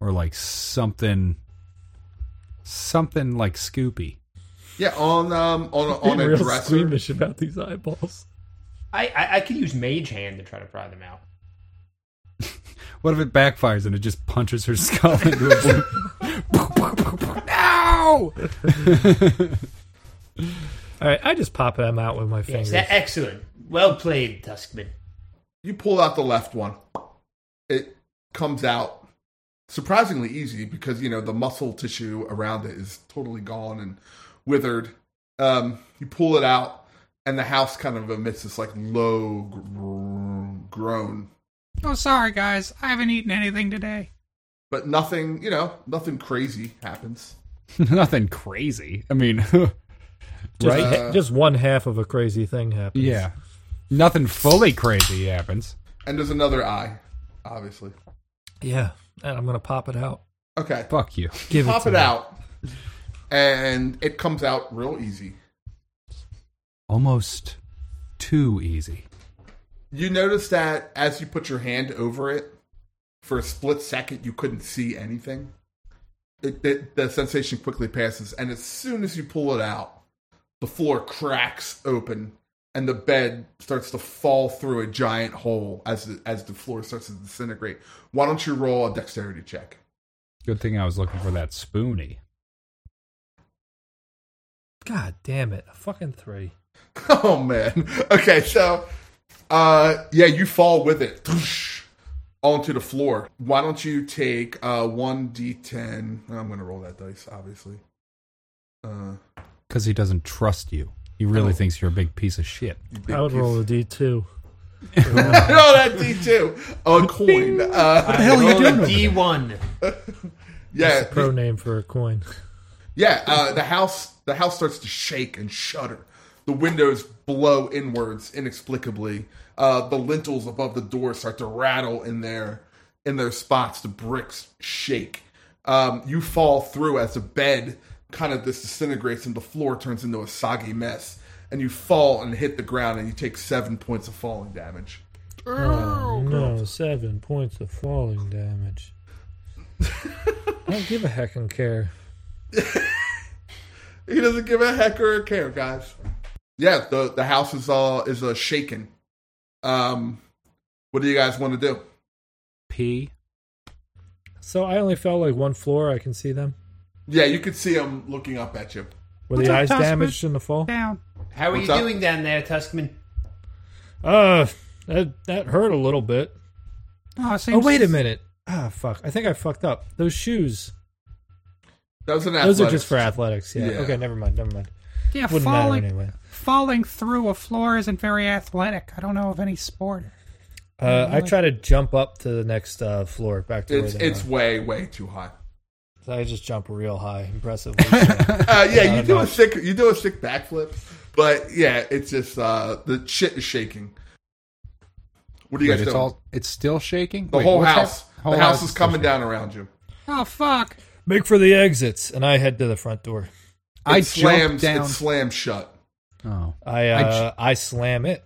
B: or like something something like Scoopy.
A: Yeah, on um on a, on a
D: Real
A: dresser.
D: squeamish about these eyeballs.
E: I, I, I could use Mage Hand to try to pry them out.
B: What if it backfires and it just punches her skull into a balloon? no!
D: All right, I just pop them out with my fingers.
C: Yes, that- excellent. Well played, Tuskman.
A: You pull out the left one. It comes out surprisingly easy because you know the muscle tissue around it is totally gone and withered. Um, you pull it out, and the house kind of emits this like low gr- groan,
B: Oh, sorry, guys. I haven't eaten anything today.
A: but nothing you know nothing crazy happens.
B: Nothing crazy. I mean,
D: just,
B: right?
A: uh,
D: ha- just one half of a crazy thing happens.
B: yeah. Nothing fully crazy happens.
A: And there's another eye, obviously.
D: yeah. And I'm gonna pop it out.
A: Okay,
B: Fuck you.
D: Give
A: pop
D: it,
A: it
D: to me.
A: out, and it comes out real easy.
B: Almost too easy.
A: You notice that as you put your hand over it, for a split second, you couldn't see anything. It, it, the sensation quickly passes, and as soon as you pull it out, the floor cracks open, and the bed starts to fall through a giant hole as the, as the floor starts to disintegrate. Why don't you roll a dexterity check?
B: Good thing I was looking for that spoonie.
D: God damn it! A fucking three.
A: Oh man. Okay, so uh yeah, you fall with it Thoosh, onto the floor. Why don't you take uh one D ten? I'm gonna roll that dice, obviously. Uh
B: Because he doesn't trust you. He really
A: Oh.
B: thinks you're a big piece of shit.
A: you big
D: I would
A: piece-
D: roll a D two.
A: roll that D two. A coin. Uh
B: the hell are you doing over
C: D one.
A: yeah.
D: Pro name for a coin.
A: Yeah, uh, the house the house starts to shake and shudder. The windows blow inwards inexplicably. Uh, the lintels above the door start to rattle in their in their spots. The bricks shake. Um, you fall through as the bed kind of this disintegrates and the floor turns into a soggy mess. And you fall and hit the ground and you take seven points of falling damage.
D: Oh, no, seven points of falling damage. I don't give a heck and care.
A: He doesn't give a heck or a care, guys. Yeah, the the house is all is uh, shaken. Um, what do you guys want to do?
E: P.
D: So I only fell like one floor. I can see them.
A: Yeah, you could see him looking up at you.
D: Were
E: What's
D: the
E: up,
D: eyes
E: Tosman?
D: damaged in the fall?
E: Down.
C: How are
A: What's
C: you
A: up?
C: doing down there, Tuskman?
D: Uh, that that hurt a little bit.
E: Oh, it
D: Oh
E: seems-
D: wait a minute. Ah fuck. I think I fucked up. Those shoes.
A: That was an
D: Those are
A: athletics.
D: just for athletics. Yeah.
A: Yeah.
D: Okay. Never mind. Never mind.
E: Yeah,
D: Wouldn't
E: falling
D: matter anyway.
E: falling through a floor isn't very athletic. I don't know of any sport.
D: Uh, I try to jump up to the next uh, floor, back to
A: It's
D: where they
A: it's
D: are.
A: way way too high.
D: So I just jump real high, impressively. so.
A: Uh, yeah, you
D: don't
A: do
D: know.
A: a sick you do a sick backflip, but yeah, it's just uh, the shit is shaking. What do you
E: Wait,
A: guys
E: it's
A: doing?
E: all it's still shaking.
A: the
E: Wait,
A: whole
E: what's
A: house,
E: hap- whole
A: the house is
E: still
A: coming
E: shaking.
A: down around you.
E: Oh fuck!
D: Make for the exits, and I head to the front door.
A: It
E: I
A: slams
E: jumped down.
A: it slams shut.
E: oh,
D: I
E: I
D: uh, I, slam it.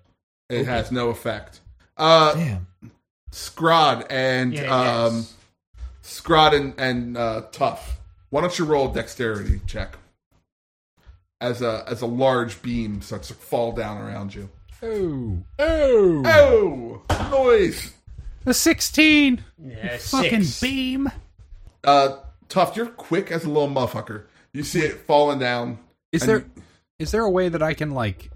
A: It has no effect. Uh,
D: Damn.
A: Scrod and
C: Yeah,
A: um,
C: yes.
A: Scrod and, and uh, Tough. Why don't you roll a dexterity check as a as a large beam starts to fall down around you?
E: oh, oh!
A: Oh, noise!
E: The sixteen
C: Yeah,
E: fucking
C: six.
E: beam.
A: Uh, Tough, you're quick as a little motherfucker. You see it falling down.
E: Is
A: And-
E: there is there a way that I can like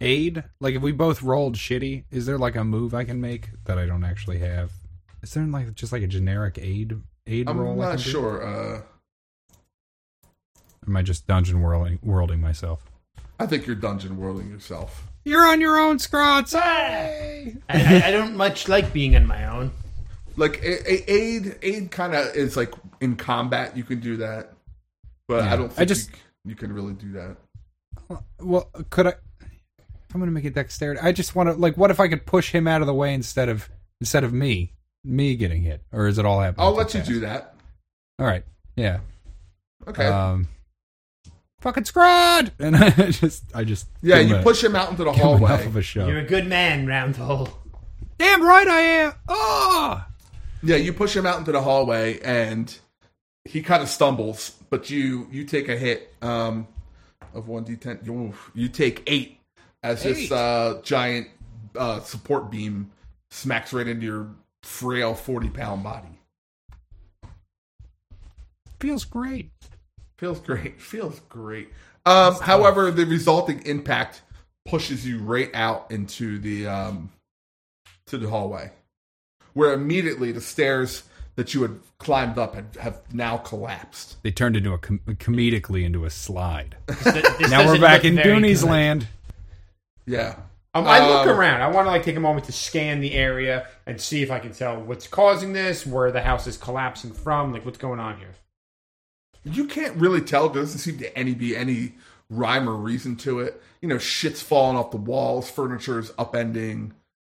E: aid? Like if we both rolled shitty, is there like a move I can make that I don't actually have? Is there like just like a generic aid aid
A: I'm
E: roll? I
A: not
E: can do?
A: sure. Uh,
E: Am I just dungeon whirling worlding myself?
A: I think you're dungeon whirling yourself.
E: You're on your own, Scrots.
A: Ah!
C: I, I- I don't much like being on my own.
A: Like a, a, aid, aid kind of is like in combat. You can do that, but
E: Yeah.
A: I don't.
E: I
A: think
E: just-
A: you, c- you can really do that.
E: Well, could I? I'm gonna make a dexterity. I just want to like, what if I could push him out of the way instead of instead of me, me getting hit, or is it all happening?
A: I'll
E: too
A: let you
E: fast?
A: do that.
E: All right. Yeah.
A: Okay.
E: Um. Fucking Scrod! And I just, I just.
A: yeah,
E: give him
A: you
E: a-
A: push him out into the
E: give him enough
A: hallway.
E: of a shove.
C: You're a good man, Roundhole.
E: Damn right I am. Oh.
A: Yeah, you push him out into the hallway, and he kind of stumbles, but you you take a hit um, of one d10. You, you take eight as this uh, giant uh, support beam smacks right into your frail forty pound body.
E: Feels great.
A: Feels great. Feels great. Um, however, the resulting impact pushes you right out into the um, to the hallway, where immediately the stairs that you had climbed up had, have now collapsed.
E: They turned into a com- comedically into a slide.
C: This do- this
E: Now we're
C: doesn't
E: back
C: look
E: in
C: very
E: Dooney's
C: good.
E: land.
A: Yeah.
C: Um, I look
A: Um,
C: around. I want to like take a moment to scan the area and see if I can tell what's causing this, where the house is collapsing from, like what's going on here.
A: You can't really tell. There doesn't seem to any be any rhyme or reason to it. You know, shit's falling off the walls, furniture's upending.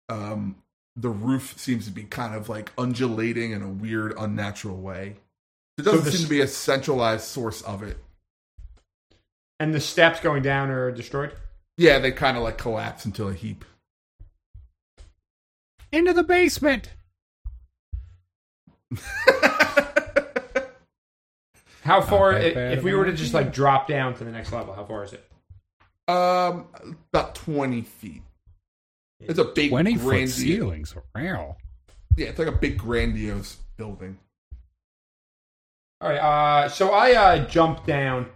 A: Um, the roof seems to be kind of like undulating in a weird, unnatural way. There doesn't
C: this-
A: seem to be a centralized source of it.
C: And the steps going down are destroyed.
A: Yeah, they kind of like collapse into a heap.
E: Into the basement.
C: How far?
E: that
C: i-
E: bad
C: If
E: of
C: we
E: an
C: were to just
E: idea.
C: like drop down to the next level, how far is it?
A: um, about twenty feet. It's a big
E: Twenty foot
A: grandiose-
E: ceilings. Wow.
A: Yeah, it's like a big grandiose building.
C: All right. Uh, so I uh, jump down.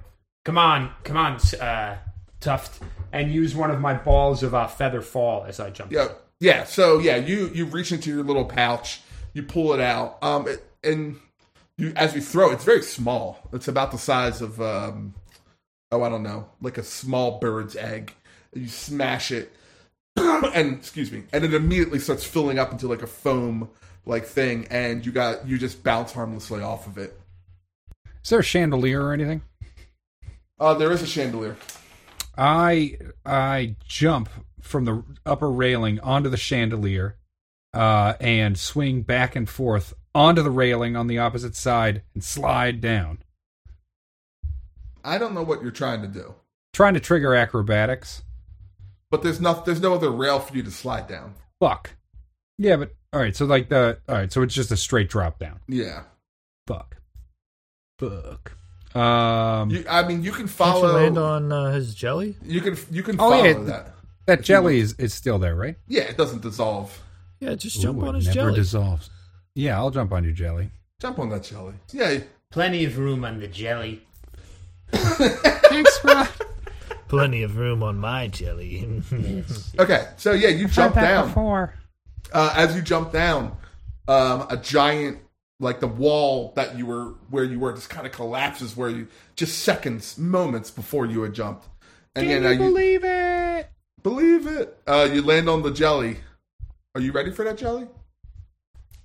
C: Come on, come on, s- uh, Tuft, and use one of my balls of uh, feather fall as I jump.
A: Yeah, yeah. So yeah, you you reach into your little pouch, you pull it out, um, it, and you as you throw, it's very small. It's about the size of um, oh, I don't know, like a small bird's egg. You smash it, and excuse me, and it immediately starts filling up into like a foam like thing, and you got you just bounce harmlessly off of it.
E: Is there a chandelier or anything?
A: Uh, there is a chandelier.
E: I I jump from the upper railing onto the chandelier, uh, and swing back and forth onto the railing on the opposite side and slide down.
A: I don't know what you're trying to do,
B: Trying to trigger acrobatics.
A: but there's no there's no other rail for you to slide down.
B: Fuck. Yeah, but all right. So like the all right. So it's just a straight drop down.
A: Yeah,
B: Fuck. Fuck. Um,
A: you, I mean you can
D: Can't you
A: follow.
D: land on uh, his jelly?
A: you can you can
B: Oh,
A: follow
B: yeah.
A: that.
B: that jelly is, is still there, right?
A: Yeah, it doesn't dissolve.
D: Yeah, just jump
B: Ooh,
D: on
B: it
D: his
B: never
D: jelly.
B: dissolves. Yeah, I'll jump on your jelly.
A: Jump on that jelly. Yeah,
C: Plenty of room on the jelly.
B: Thanks, Rod.
D: Plenty of room on my jelly.
A: Okay, so yeah, you jump down.
B: before.
A: Uh, as you jump down, um, a giant like the wall that you were where you were just kind of collapses where you just seconds, moments before you had jumped. And yeah,
B: Can
A: now
B: you
A: you
B: believe it?
A: believe it. Uh, you land on the jelly. Are you ready for that jelly?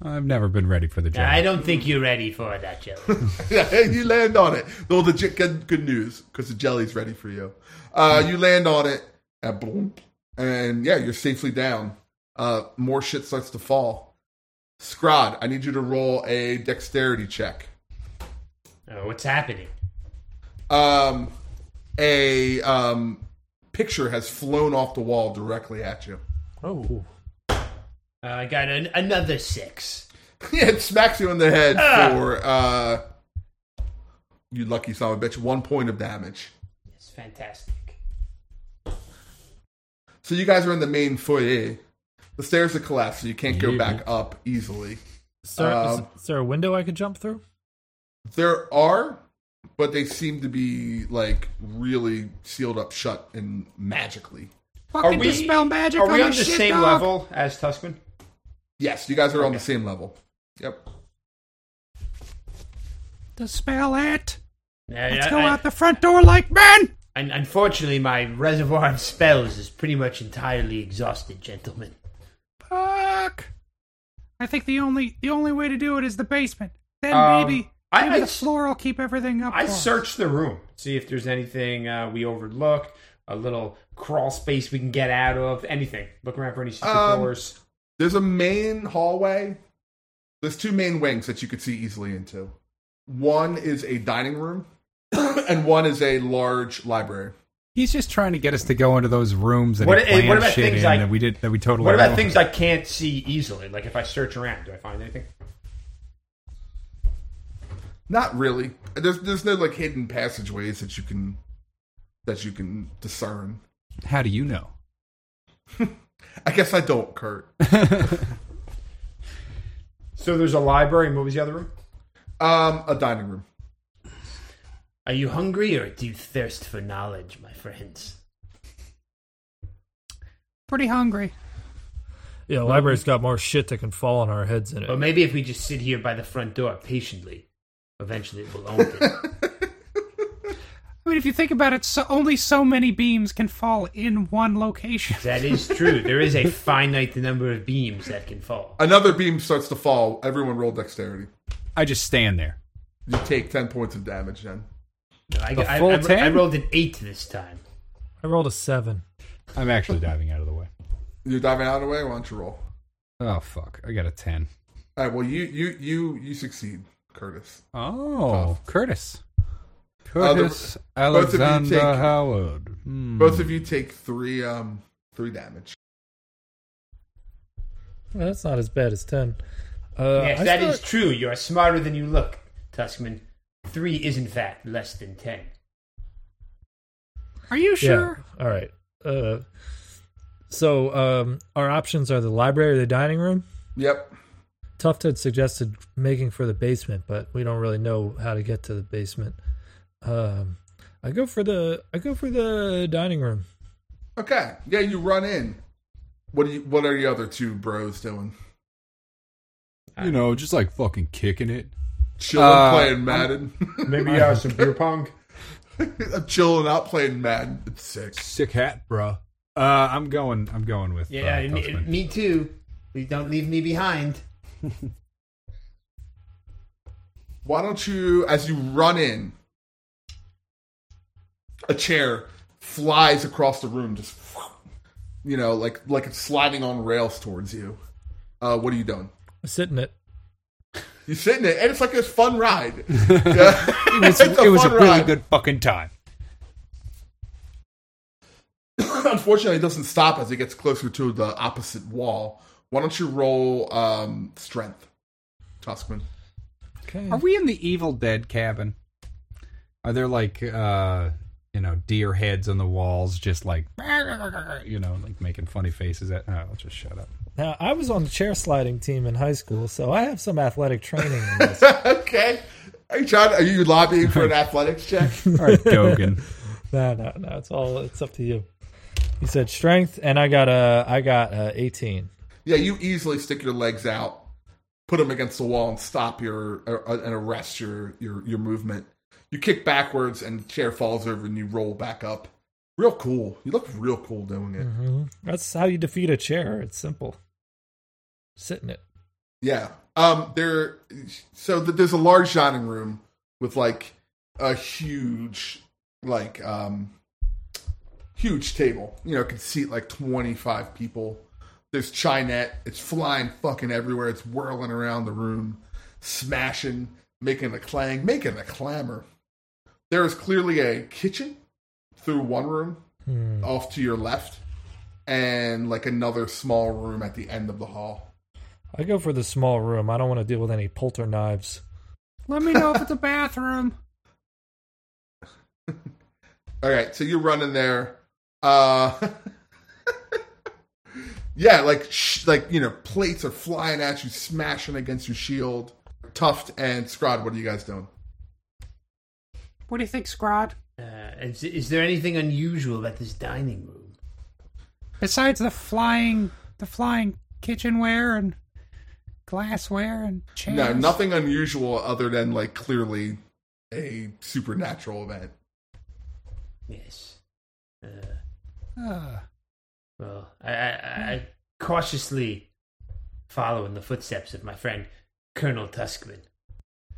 B: I've never been ready for the
C: Now, I
B: jelly.
C: don't think you're ready for that jelly.
A: Yeah, you land on it. Well, the j- good, good news because the jelly's ready for you. Uh, you land on it, and boom, and yeah, you're safely down. Uh, more shit starts to fall. Scrod, I need you to roll a dexterity check.
C: oh, what's happening?
A: Um, a um, picture has flown off the wall directly at you.
D: oh,
C: Uh, I got an, another six.
A: yeah, it smacks you in the head for uh, you lucky son of a bitch. One point of damage.
C: It's fantastic.
A: So you guys are in the main foyer. The stairs have collapsed, so you can't go back up easily.
D: is there, is-
A: Um,
D: is there a window I could jump through?
A: There are, but they seem to be like really sealed up shut and magically.
B: Fucking
E: Are we-
B: dispel magic
E: Are we on
B: this
E: the
B: shit,
E: same
B: dog.
E: level as Tuskman?
A: Yes, you guys are on the same level. Yep.
B: Dispel it.
C: Now,
B: Let's
C: I-
B: go
C: I-
B: out the front door like men.
C: un- unfortunately, my reservoir of spells is pretty much entirely exhausted, gentlemen.
B: Fuck. I think the only the only way to do it is the basement. Then
E: Um,
B: maybe
E: I-
B: maybe
E: I-
B: the floor will keep everything up.
E: I
B: for us.
E: searched the room, see if there's anything uh, we overlooked, a little crawl space we can get out of, anything. Look around for any secret
A: Um,
E: doors.
A: There's a main hallway. There's two main wings that you could see easily into. One is a dining room, and one is a large library.
B: He's just trying to get us to go into those rooms and
E: What-
B: he
E: eh, what
B: planned
E: about
B: shit
E: things
B: in
E: like-
B: that we did that we totally.
E: What about
B: wrong.
E: things I can't see easily? Like if I search around, do I find anything?
A: Not really. There's there's no like hidden passageways that you can that you can discern.
B: How do you know?
A: I guess I don't, Kurt.
E: So there's a library, and what was the other room?
A: Um, a dining room.
C: Are you hungry or do you thirst for knowledge, my friends?
B: Pretty hungry.
D: Yeah, the library's got more shit that can fall on our heads in
C: Or
D: it.
C: maybe if we just sit here by the front door patiently, eventually it will open.
B: I mean, if you think about it, so only so many beams can fall in one location.
C: that is true. There is a finite number of beams that can fall.
A: Another beam starts to fall. Everyone roll dexterity.
B: I just stand there.
A: You take ten points of damage. Then
C: No, I,
B: The
C: I-
B: full
C: I- I
B: 10?
C: rolled an eight this time.
D: I rolled a seven.
B: I'm actually diving out of the way.
A: you're diving out of the way. Why don't you roll?
B: Oh fuck! I got a ten.
A: All right. Well, you you you you succeed, Curtis.
B: Oh, Curtis.
A: Uh, the-
B: Curtis
A: both of you
B: Alexander
A: take-
B: Howard. Hmm.
A: Both of you take three um three damage.
D: Yeah, that's not as bad as ten. Uh,
C: yes,
D: I
C: that is
D: start-
C: true. You are smarter than you look, Tuskman. Three is, in fact, less than ten.
B: Are you sure?
D: Yeah. All right. Uh, so um, our options are the library or the dining room.
A: Yep.
D: Tuft had suggested making for the basement, but we don't really know how to get to the basement. Um, I go for the I go for the dining room.
A: Okay. Yeah. You run in. What do you? What are the other two bros doing?
B: You know, just like fucking kicking it.
A: Chilling,
B: Uh,
A: playing Madden.
E: Maybe uh, some beer pong.
A: I'm chilling out, playing Madden. It's sick.
B: Sick hat, bro. Uh, I'm going. I'm going with.
C: Yeah,
B: uh,
C: and-
B: Tuskman.
C: and me too. Please don't leave me behind.
A: Why don't you, as you run in, a chair flies across the room, just you know, like like it's sliding on rails towards you. Uh, what are you doing?
D: I sit in it.
A: You're sitting there, and it's like this fun ride. Yeah.
B: It was,
A: It's a
B: it was a
A: fun
B: really
A: ride.
B: good fucking time.
A: Unfortunately, it doesn't stop as it gets closer to the opposite wall. Why don't you roll um, strength, Tuskman?
D: Okay.
B: Are we in the Evil Dead cabin? Are there like uh you know deer heads on the walls, just like you know, like making funny faces at? All right, I'll just shut up.
D: Now, I was on the chair sliding team in high school, so I have some athletic training. In this.
A: okay. Are you trying? Are you lobbying for an athletics check?
B: All right, Dogan.
D: no, no, no. It's all it's up to you. You said strength, and I got a I got a eighteen.
A: yeah, you easily stick your legs out, put them against the wall, and stop your or, uh, and arrest your your your movement. You kick backwards, and the chair falls over, and you roll back up. Real cool. You look real cool doing it.
B: Mm-hmm.
D: That's how you defeat a chair. It's simple. Sit in it.
A: Yeah. Um. There. So th- there's a large dining room with like a huge, like um, huge table. You know, it can seat like 25 people. There's chinette. It's flying fucking everywhere. It's whirling around the room, smashing, making a clang, making a clamor. There is clearly a kitchen through one room off to your left, and like another small room at the end of the hall.
D: I go for the small room. I don't want to deal with any polter knives.
B: Let me know if it's a bathroom.
A: All right, so you're running there. Uh, yeah, like sh- like you know, plates are flying at you, smashing against your shield. Tuft and Scrod, what are you guys doing?
B: What do you think, Scrod?
C: Uh, is, is there anything unusual about this dining room?
B: Besides the flying, the flying kitchenware and glassware and chairs.
A: No, nothing unusual other than like clearly a supernatural event.
C: Yes. Uh,
B: Ugh.
C: well, I, I, I cautiously follow in the footsteps of my friend Colonel Tuskman.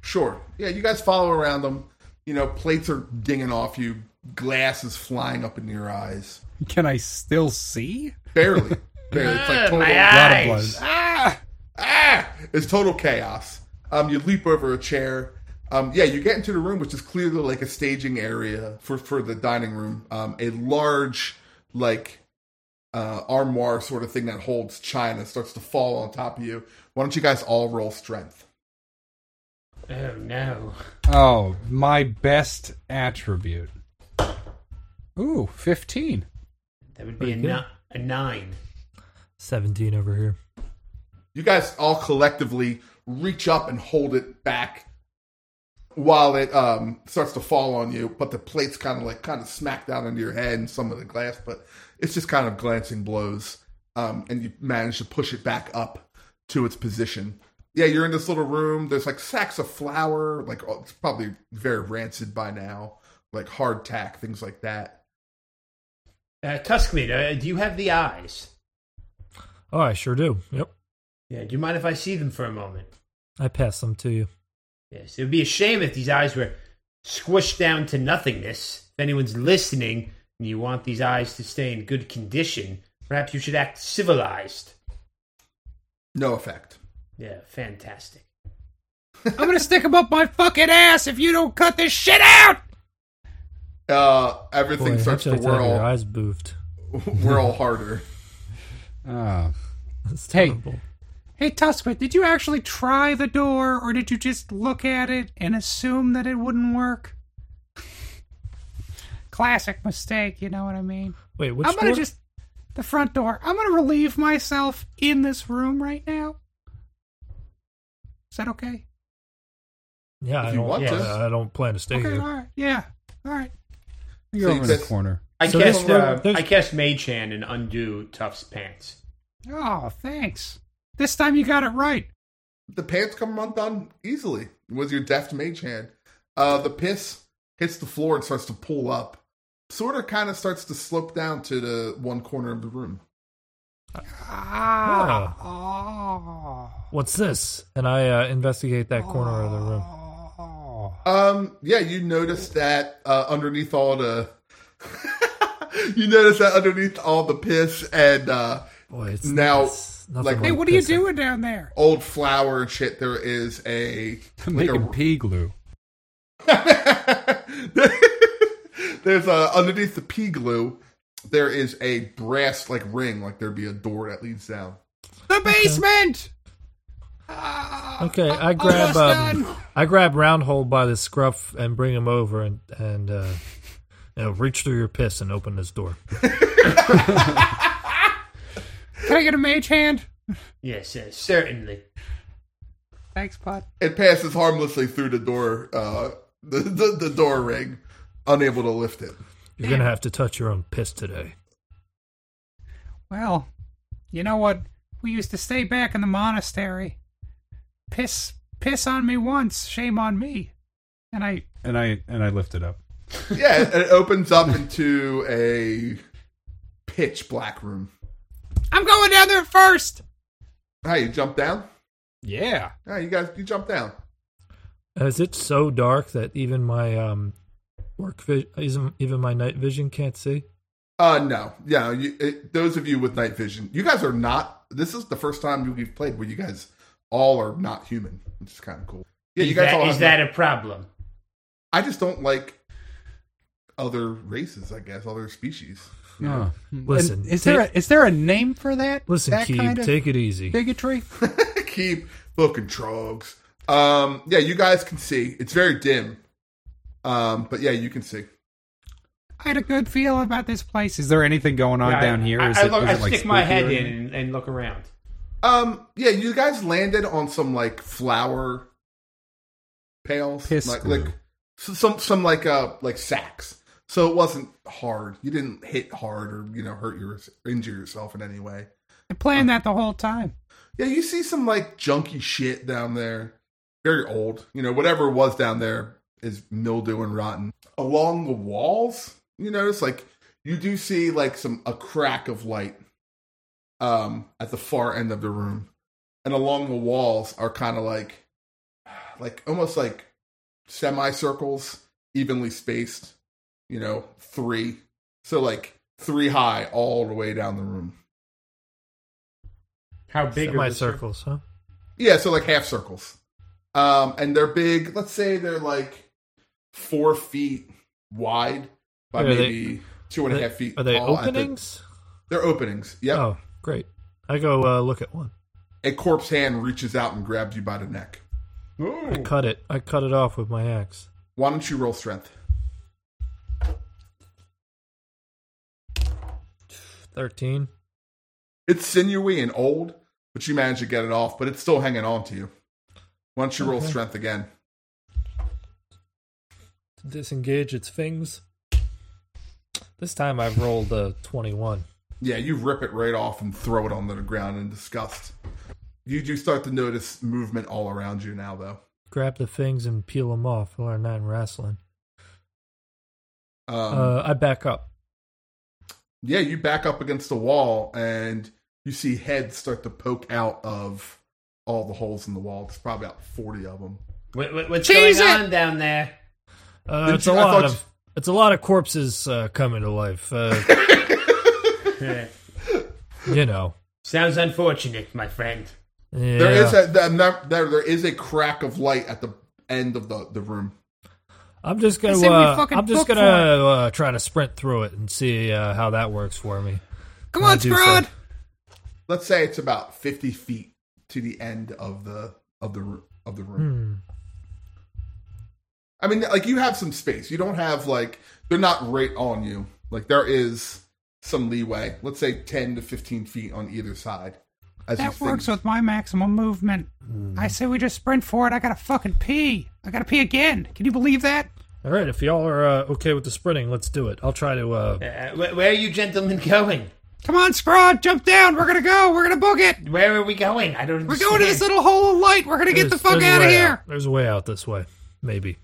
A: Sure, yeah, you guys follow around them. You know, plates are dinging off you, glass is flying up in your eyes.
B: Can I still see?
A: Barely, barely. It's like
C: Ah,
A: total
C: my
B: A lot of
C: eyes.
B: blood. Ah!
A: ah, it's total chaos. Um, you leap over a chair. Um, yeah, you get into the room, which is clearly like a staging area for for the dining room. Um, a large like uh, armoire sort of thing that holds china starts to fall on top of you. Why don't you guys all roll strength?
C: Oh no!
B: Oh, my best attribute. Ooh, 15.
C: That would be a,
B: Pretty good.
C: ni- a nine.
D: Seventeen over here.
A: You guys all collectively reach up and hold it back while it um, starts to fall on you, but the plates kind of like kind of smack down into your head and some of the glass, but it's just kind of glancing blows. Um, and you manage to push it back up to its position. Yeah, you're in this little room. There's like sacks of flour, like oh, it's probably very rancid by now, like hardtack, things like that.
C: Uh, Tuskman, uh, do you have the eyes?
D: Oh, I sure do. Yep.
C: Yeah. Do you mind if I see them for a moment?
D: I pass them to you.
C: Yes. It would be a shame if these eyes were squished down to nothingness. If anyone's listening and you want these eyes to stay in good condition, perhaps you should act civilized.
A: No effect.
C: Yeah. Fantastic.
B: I'm gonna stick him up my fucking ass if you don't cut this shit out!
A: Uh, everything
D: Boy,
A: starts
D: how
A: to
D: should I tell you? your
A: whirl,
D: eyes boofed.
A: whirl harder.
B: Oh.
D: That's
B: Hey.
D: terrible.
B: Hey, Tuskman, did you actually try the door, or did you just look at it and assume that it wouldn't work? Classic mistake, you know what I mean?
D: Wait, which
B: I'm gonna
D: door?
B: just. The front door. I'm gonna relieve myself in this room right now. Is that okay?
D: Yeah,
A: If
D: I
A: you
D: don't.
A: want
D: yeah,
A: to.
D: I don't plan to stay
B: Okay,
D: here.
B: alright. Yeah. Alright.
A: You're over in the this-
B: corner.
E: I
D: So
E: cast
D: this room-
E: uh,
D: there's-
E: I cast Mage Hand and undo Tuff's pants.
B: Oh, thanks. This time you got it right.
A: the pants come undone easily with your deft mage hand. Uh, the piss hits the floor and starts to pull up. Sort of kind of starts to slope down to the one corner of the room.
B: Ah.
D: What's this? And I uh, investigate that corner of the room.
B: Oh.
A: Um, yeah, you notice that uh, underneath all the. you notice that underneath all the piss and uh,
D: Boy, it's
A: now
D: it's Nothing
A: Like-
D: like
B: Hey, what are you
D: pissing.
B: doing down there?
A: old flour and shit. There is a
B: I'm
A: like
B: making pea glue.
A: a, there's a underneath the pea glue. There is a brass like ring, like there'd be a door that leads down.
B: The basement. Ah.
D: Okay, I grab
B: Almost
D: um,
B: done.
D: I grab Roundhole by the scruff and bring him over and and uh, you know, reach through your piss and open this door.
B: Can I get a mage hand?
C: Yes, yes, certainly.
B: Thanks, bud.
A: It passes harmlessly through the door, uh, the, the the door ring, unable to lift it.
D: You're gonna have to touch your own piss today.
B: Well, you know what? We used to stay back in the monastery. Piss, piss on me once, shame on me. And I and I and I lift it up.
A: Yeah, and it opens up into a pitch black room.
B: I'm going down there first.
A: Hi, you jump down.
B: Yeah.
A: Hi, you guys, you jump down.
D: Is it so dark that even my um work vi- isn't even my night vision can't see?
A: Uh, no, yeah. You, it, those of you with night vision, you guys are not. This is the first time we've played where you guys all are not human, which is kind of cool. Yeah, you
C: Is
A: guys
C: that-
A: all.
C: is
A: have
C: that
A: night-
C: a problem?
A: I just don't like other races. I guess other species.
B: Yeah.
D: Listen,
B: Hmm. is there a, is there a name for that?
D: Listen,
B: that
D: Keeb,
B: kind of
D: take it easy.
B: bigotry.
A: Keep fucking trogs. Um, yeah, you guys can see. It's very dim. Um, but yeah, you can see.
B: I had a good feel about this place. Is there anything going on
C: I-
B: down here?
C: I,
B: Is
C: I,
B: it-
C: look,
B: is
C: I
B: it, like,
C: stick my
B: spooky or
C: head in
B: anything?
C: and, and look around.
A: Um, yeah, you guys landed on some like flour pails,
B: Piss
A: like,
B: glue.
A: like s- some some like uh like sacks. So it wasn't hard. You didn't hit hard or you know hurt your injure yourself in any way.
B: I
C: Uh,
B: planned that the whole time.
A: Yeah, you see some like junky shit down there. Very old. You know, whatever was down there is mildew and rotten. Along the walls, you notice like you do see like some a crack of light um at the far end of the room. And along the walls are kind of like like almost like semicircles, evenly spaced, you know, three. So like three high all the way down the room.
C: How big are
D: my
C: the circles?
D: circles, huh?
A: Yeah, so like half circles. Um, and they're big. Let's say they're like four feet wide by
D: Are they-
A: maybe two and a
D: Are they-
A: half feet.
D: Are they
A: tall at the-
D: openings?
A: they're openings. Yep.
D: Oh, great. I go uh, look at one.
A: A corpse hand reaches out and grabs you by the neck.
D: I cut it. I cut it off with my axe.
A: Why don't you roll strength?
D: Thirteen.
A: It's sinewy and old, but you manage to get it off. But it's still hanging on to you. Why don't you roll
D: Okay.
A: strength again?
D: Disengage its things. This time I've rolled a twenty-one.
A: Yeah, you rip it right off and throw it onto the ground in disgust. You do start to notice movement all around you now, though.
D: Grab the things and peel them off. Or not in wrestling.
A: Um,
D: uh, I back up.
A: yeah, you back up against the wall and you see heads start to poke out of all the holes in the wall. There's probably about 40 of them.
C: What, what, what's
B: Cheese
C: going
B: it!
C: on down there?
D: Uh,
A: Didn't
D: it's
A: you-
D: a
A: I
D: lot
A: thought
D: of it's a lot of corpses uh, coming to life. Uh,
C: Eh,
D: you know.
C: Sounds unfortunate, my friend.
D: Yeah.
A: There is a there, there, there is a crack of light at the end of the, the room.
D: I'm just gonna.
B: I say we
D: Uh,
B: fucking
D: I'm just
B: book
D: gonna
B: for
D: uh, try to sprint through it and see uh, how that works for me.
B: Come
D: I
B: on,
D: do so.
B: Scrod.
A: Let's say it's about 50 feet to the end of the of the roo- of the room.
D: Hmm.
A: I mean, like you have some space. You don't have like they're not right on you. Like there is some leeway. Let's say 10 to 15 feet on either side. As you
B: That
A: think-
B: works with my maximum movement.
C: Hmm.
B: I say we just sprint for it. I gotta fucking pee. I gotta pee again. Can you believe that?
D: All right, if y'all are uh, okay with the sprinting, let's do it. I'll try to. Uh,
C: Uh, where, where are you gentlemen going?
B: Come on, Scrod, jump down. We're gonna go. We're gonna book it.
C: Where are we going? I don't
B: We're going to this
C: understand.
B: little hole of light. We're gonna get the
D: there's-
B: fuck
D: there's a
B: out of
D: way
B: here.
D: There's a way out this way, maybe.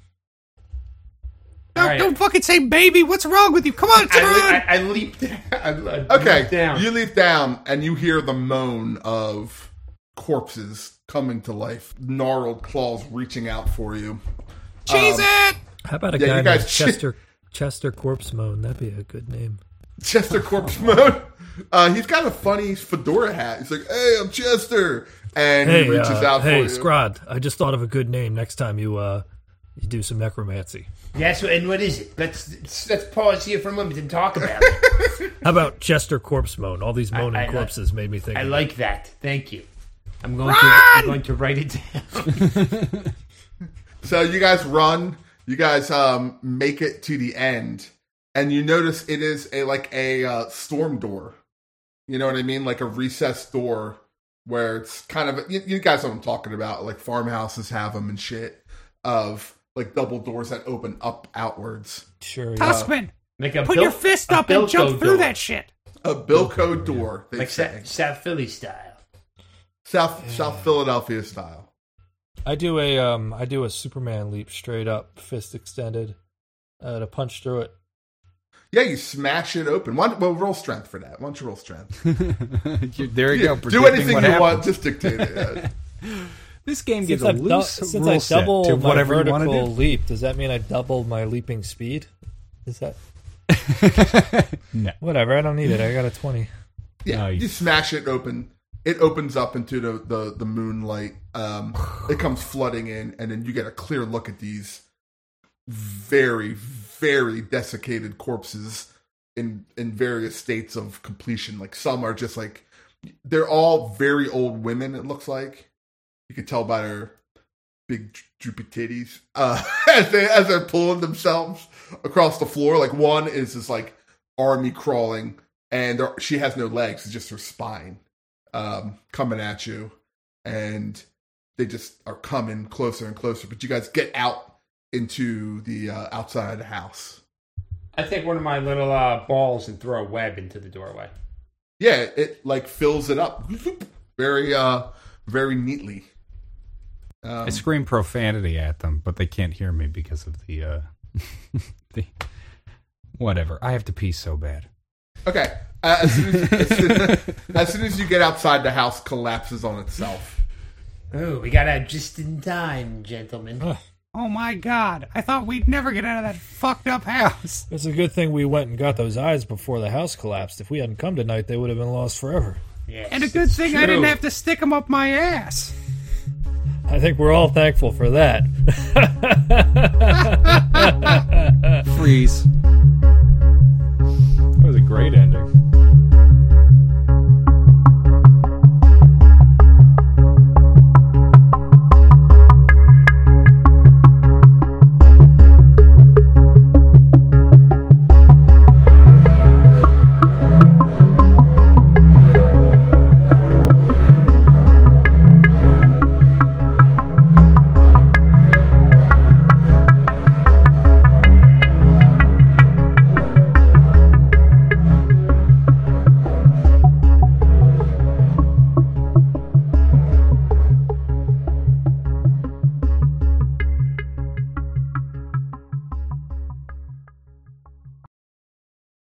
B: Don't,
C: Alright.
B: don't fucking say baby. What's wrong with you? Come on, Scrod.
C: I, le- I, I leaped. I, I
A: Okay,
C: leaped down.
A: you leap down and you hear the moan of corpses coming to life, gnarled claws reaching out for you.
B: Cheese it.
D: How about a
A: Yeah, you
D: guy
A: guys-
D: named Chester Chester Corpse Moan? That'd be a good name.
A: Chester corpse mode. Uh, he's got a funny fedora hat. He's like, "Hey, I'm Chester," and
D: Hey,
A: he reaches
D: uh,
A: out
D: hey,
A: for you.
D: Scrod, I just thought of a good name next time you uh you do some necromancy.
C: Yes, and what is it? Let's let's pause here for a moment and talk about it.
D: How about Chester Corpse Moan? All these moaning
C: I- I-
D: corpses made me think.
C: I
D: of-
C: like that. Thank you. I'm going to I'm going to write it down.
A: So you guys run. You guys um, make it to the end, and you notice it is a like a uh, storm door. You know what I mean? Like a recessed door where it's kind of you, you guys know what I'm talking about. Like farmhouses have them and shit of like double doors that open up outwards.
D: sure. yeah.
B: Tuskman,
C: Like a
B: put
C: Bil-
B: your fist
C: a
B: up and
C: Bilko
B: jump through
C: door.
B: that shit.
A: A Bilko door, they
C: like
A: say.
C: South, South Philly style.
A: South South Philadelphia style.
D: I do a um I do a Superman leap straight up, fist extended, uh, to punch through it.
A: Yeah, you smash it open. One, well, roll strength for that. Why don't you roll strength?
B: You- there you
A: Yeah,
B: go.
A: do
B: predicting
A: anything you
B: what
A: want,
B: happens.
A: just dictate it. Yeah.
B: This game gives
D: Since
B: a
D: I've, dou-
B: loose
D: since
B: rule
D: I
B: set
D: double
B: to
D: my
B: whatever you
D: vertical
B: want to
D: leap, does that mean I double my leaping speed? Is that
B: do. no.
D: whatever? I don't need it. I got a twenty.
A: Yeah,
B: Nice.
A: you smash it open. It opens up into the the, the moonlight. Um, it comes flooding in, and then you get a clear look at these very, very desiccated corpses in in various states of completion. Like some are just like they're all very old women. It looks like you could tell by their big droopy titties uh, as they as they're pulling themselves across the floor. Like one is just like army crawling and there, she has no legs, it's just her spine um, coming at you, and they just are coming closer and closer. But you guys get out into the uh, outside of the house.
E: I take one of my little uh, balls and throw a web into the doorway.
A: Yeah, it like fills it up very, uh, very neatly. Um,
B: I scream profanity at them, but they can't hear me because of the uh the whatever. I have to pee so bad.
A: okay, uh, as, soon as, as, soon, as soon as you get outside, the house collapses on itself.
C: Oh, we got out just in time, gentlemen.
B: Oh my god. I thought we'd never get out of that fucked up house.
D: It's a good thing we went and got those eyes before the house collapsed. If we hadn't come tonight, they would have been lost forever.
C: Yes,
B: And a good
C: it's
B: thing I
C: true.
B: didn't have to stick them up my ass.
D: I think we're all thankful for that.
B: Freeze.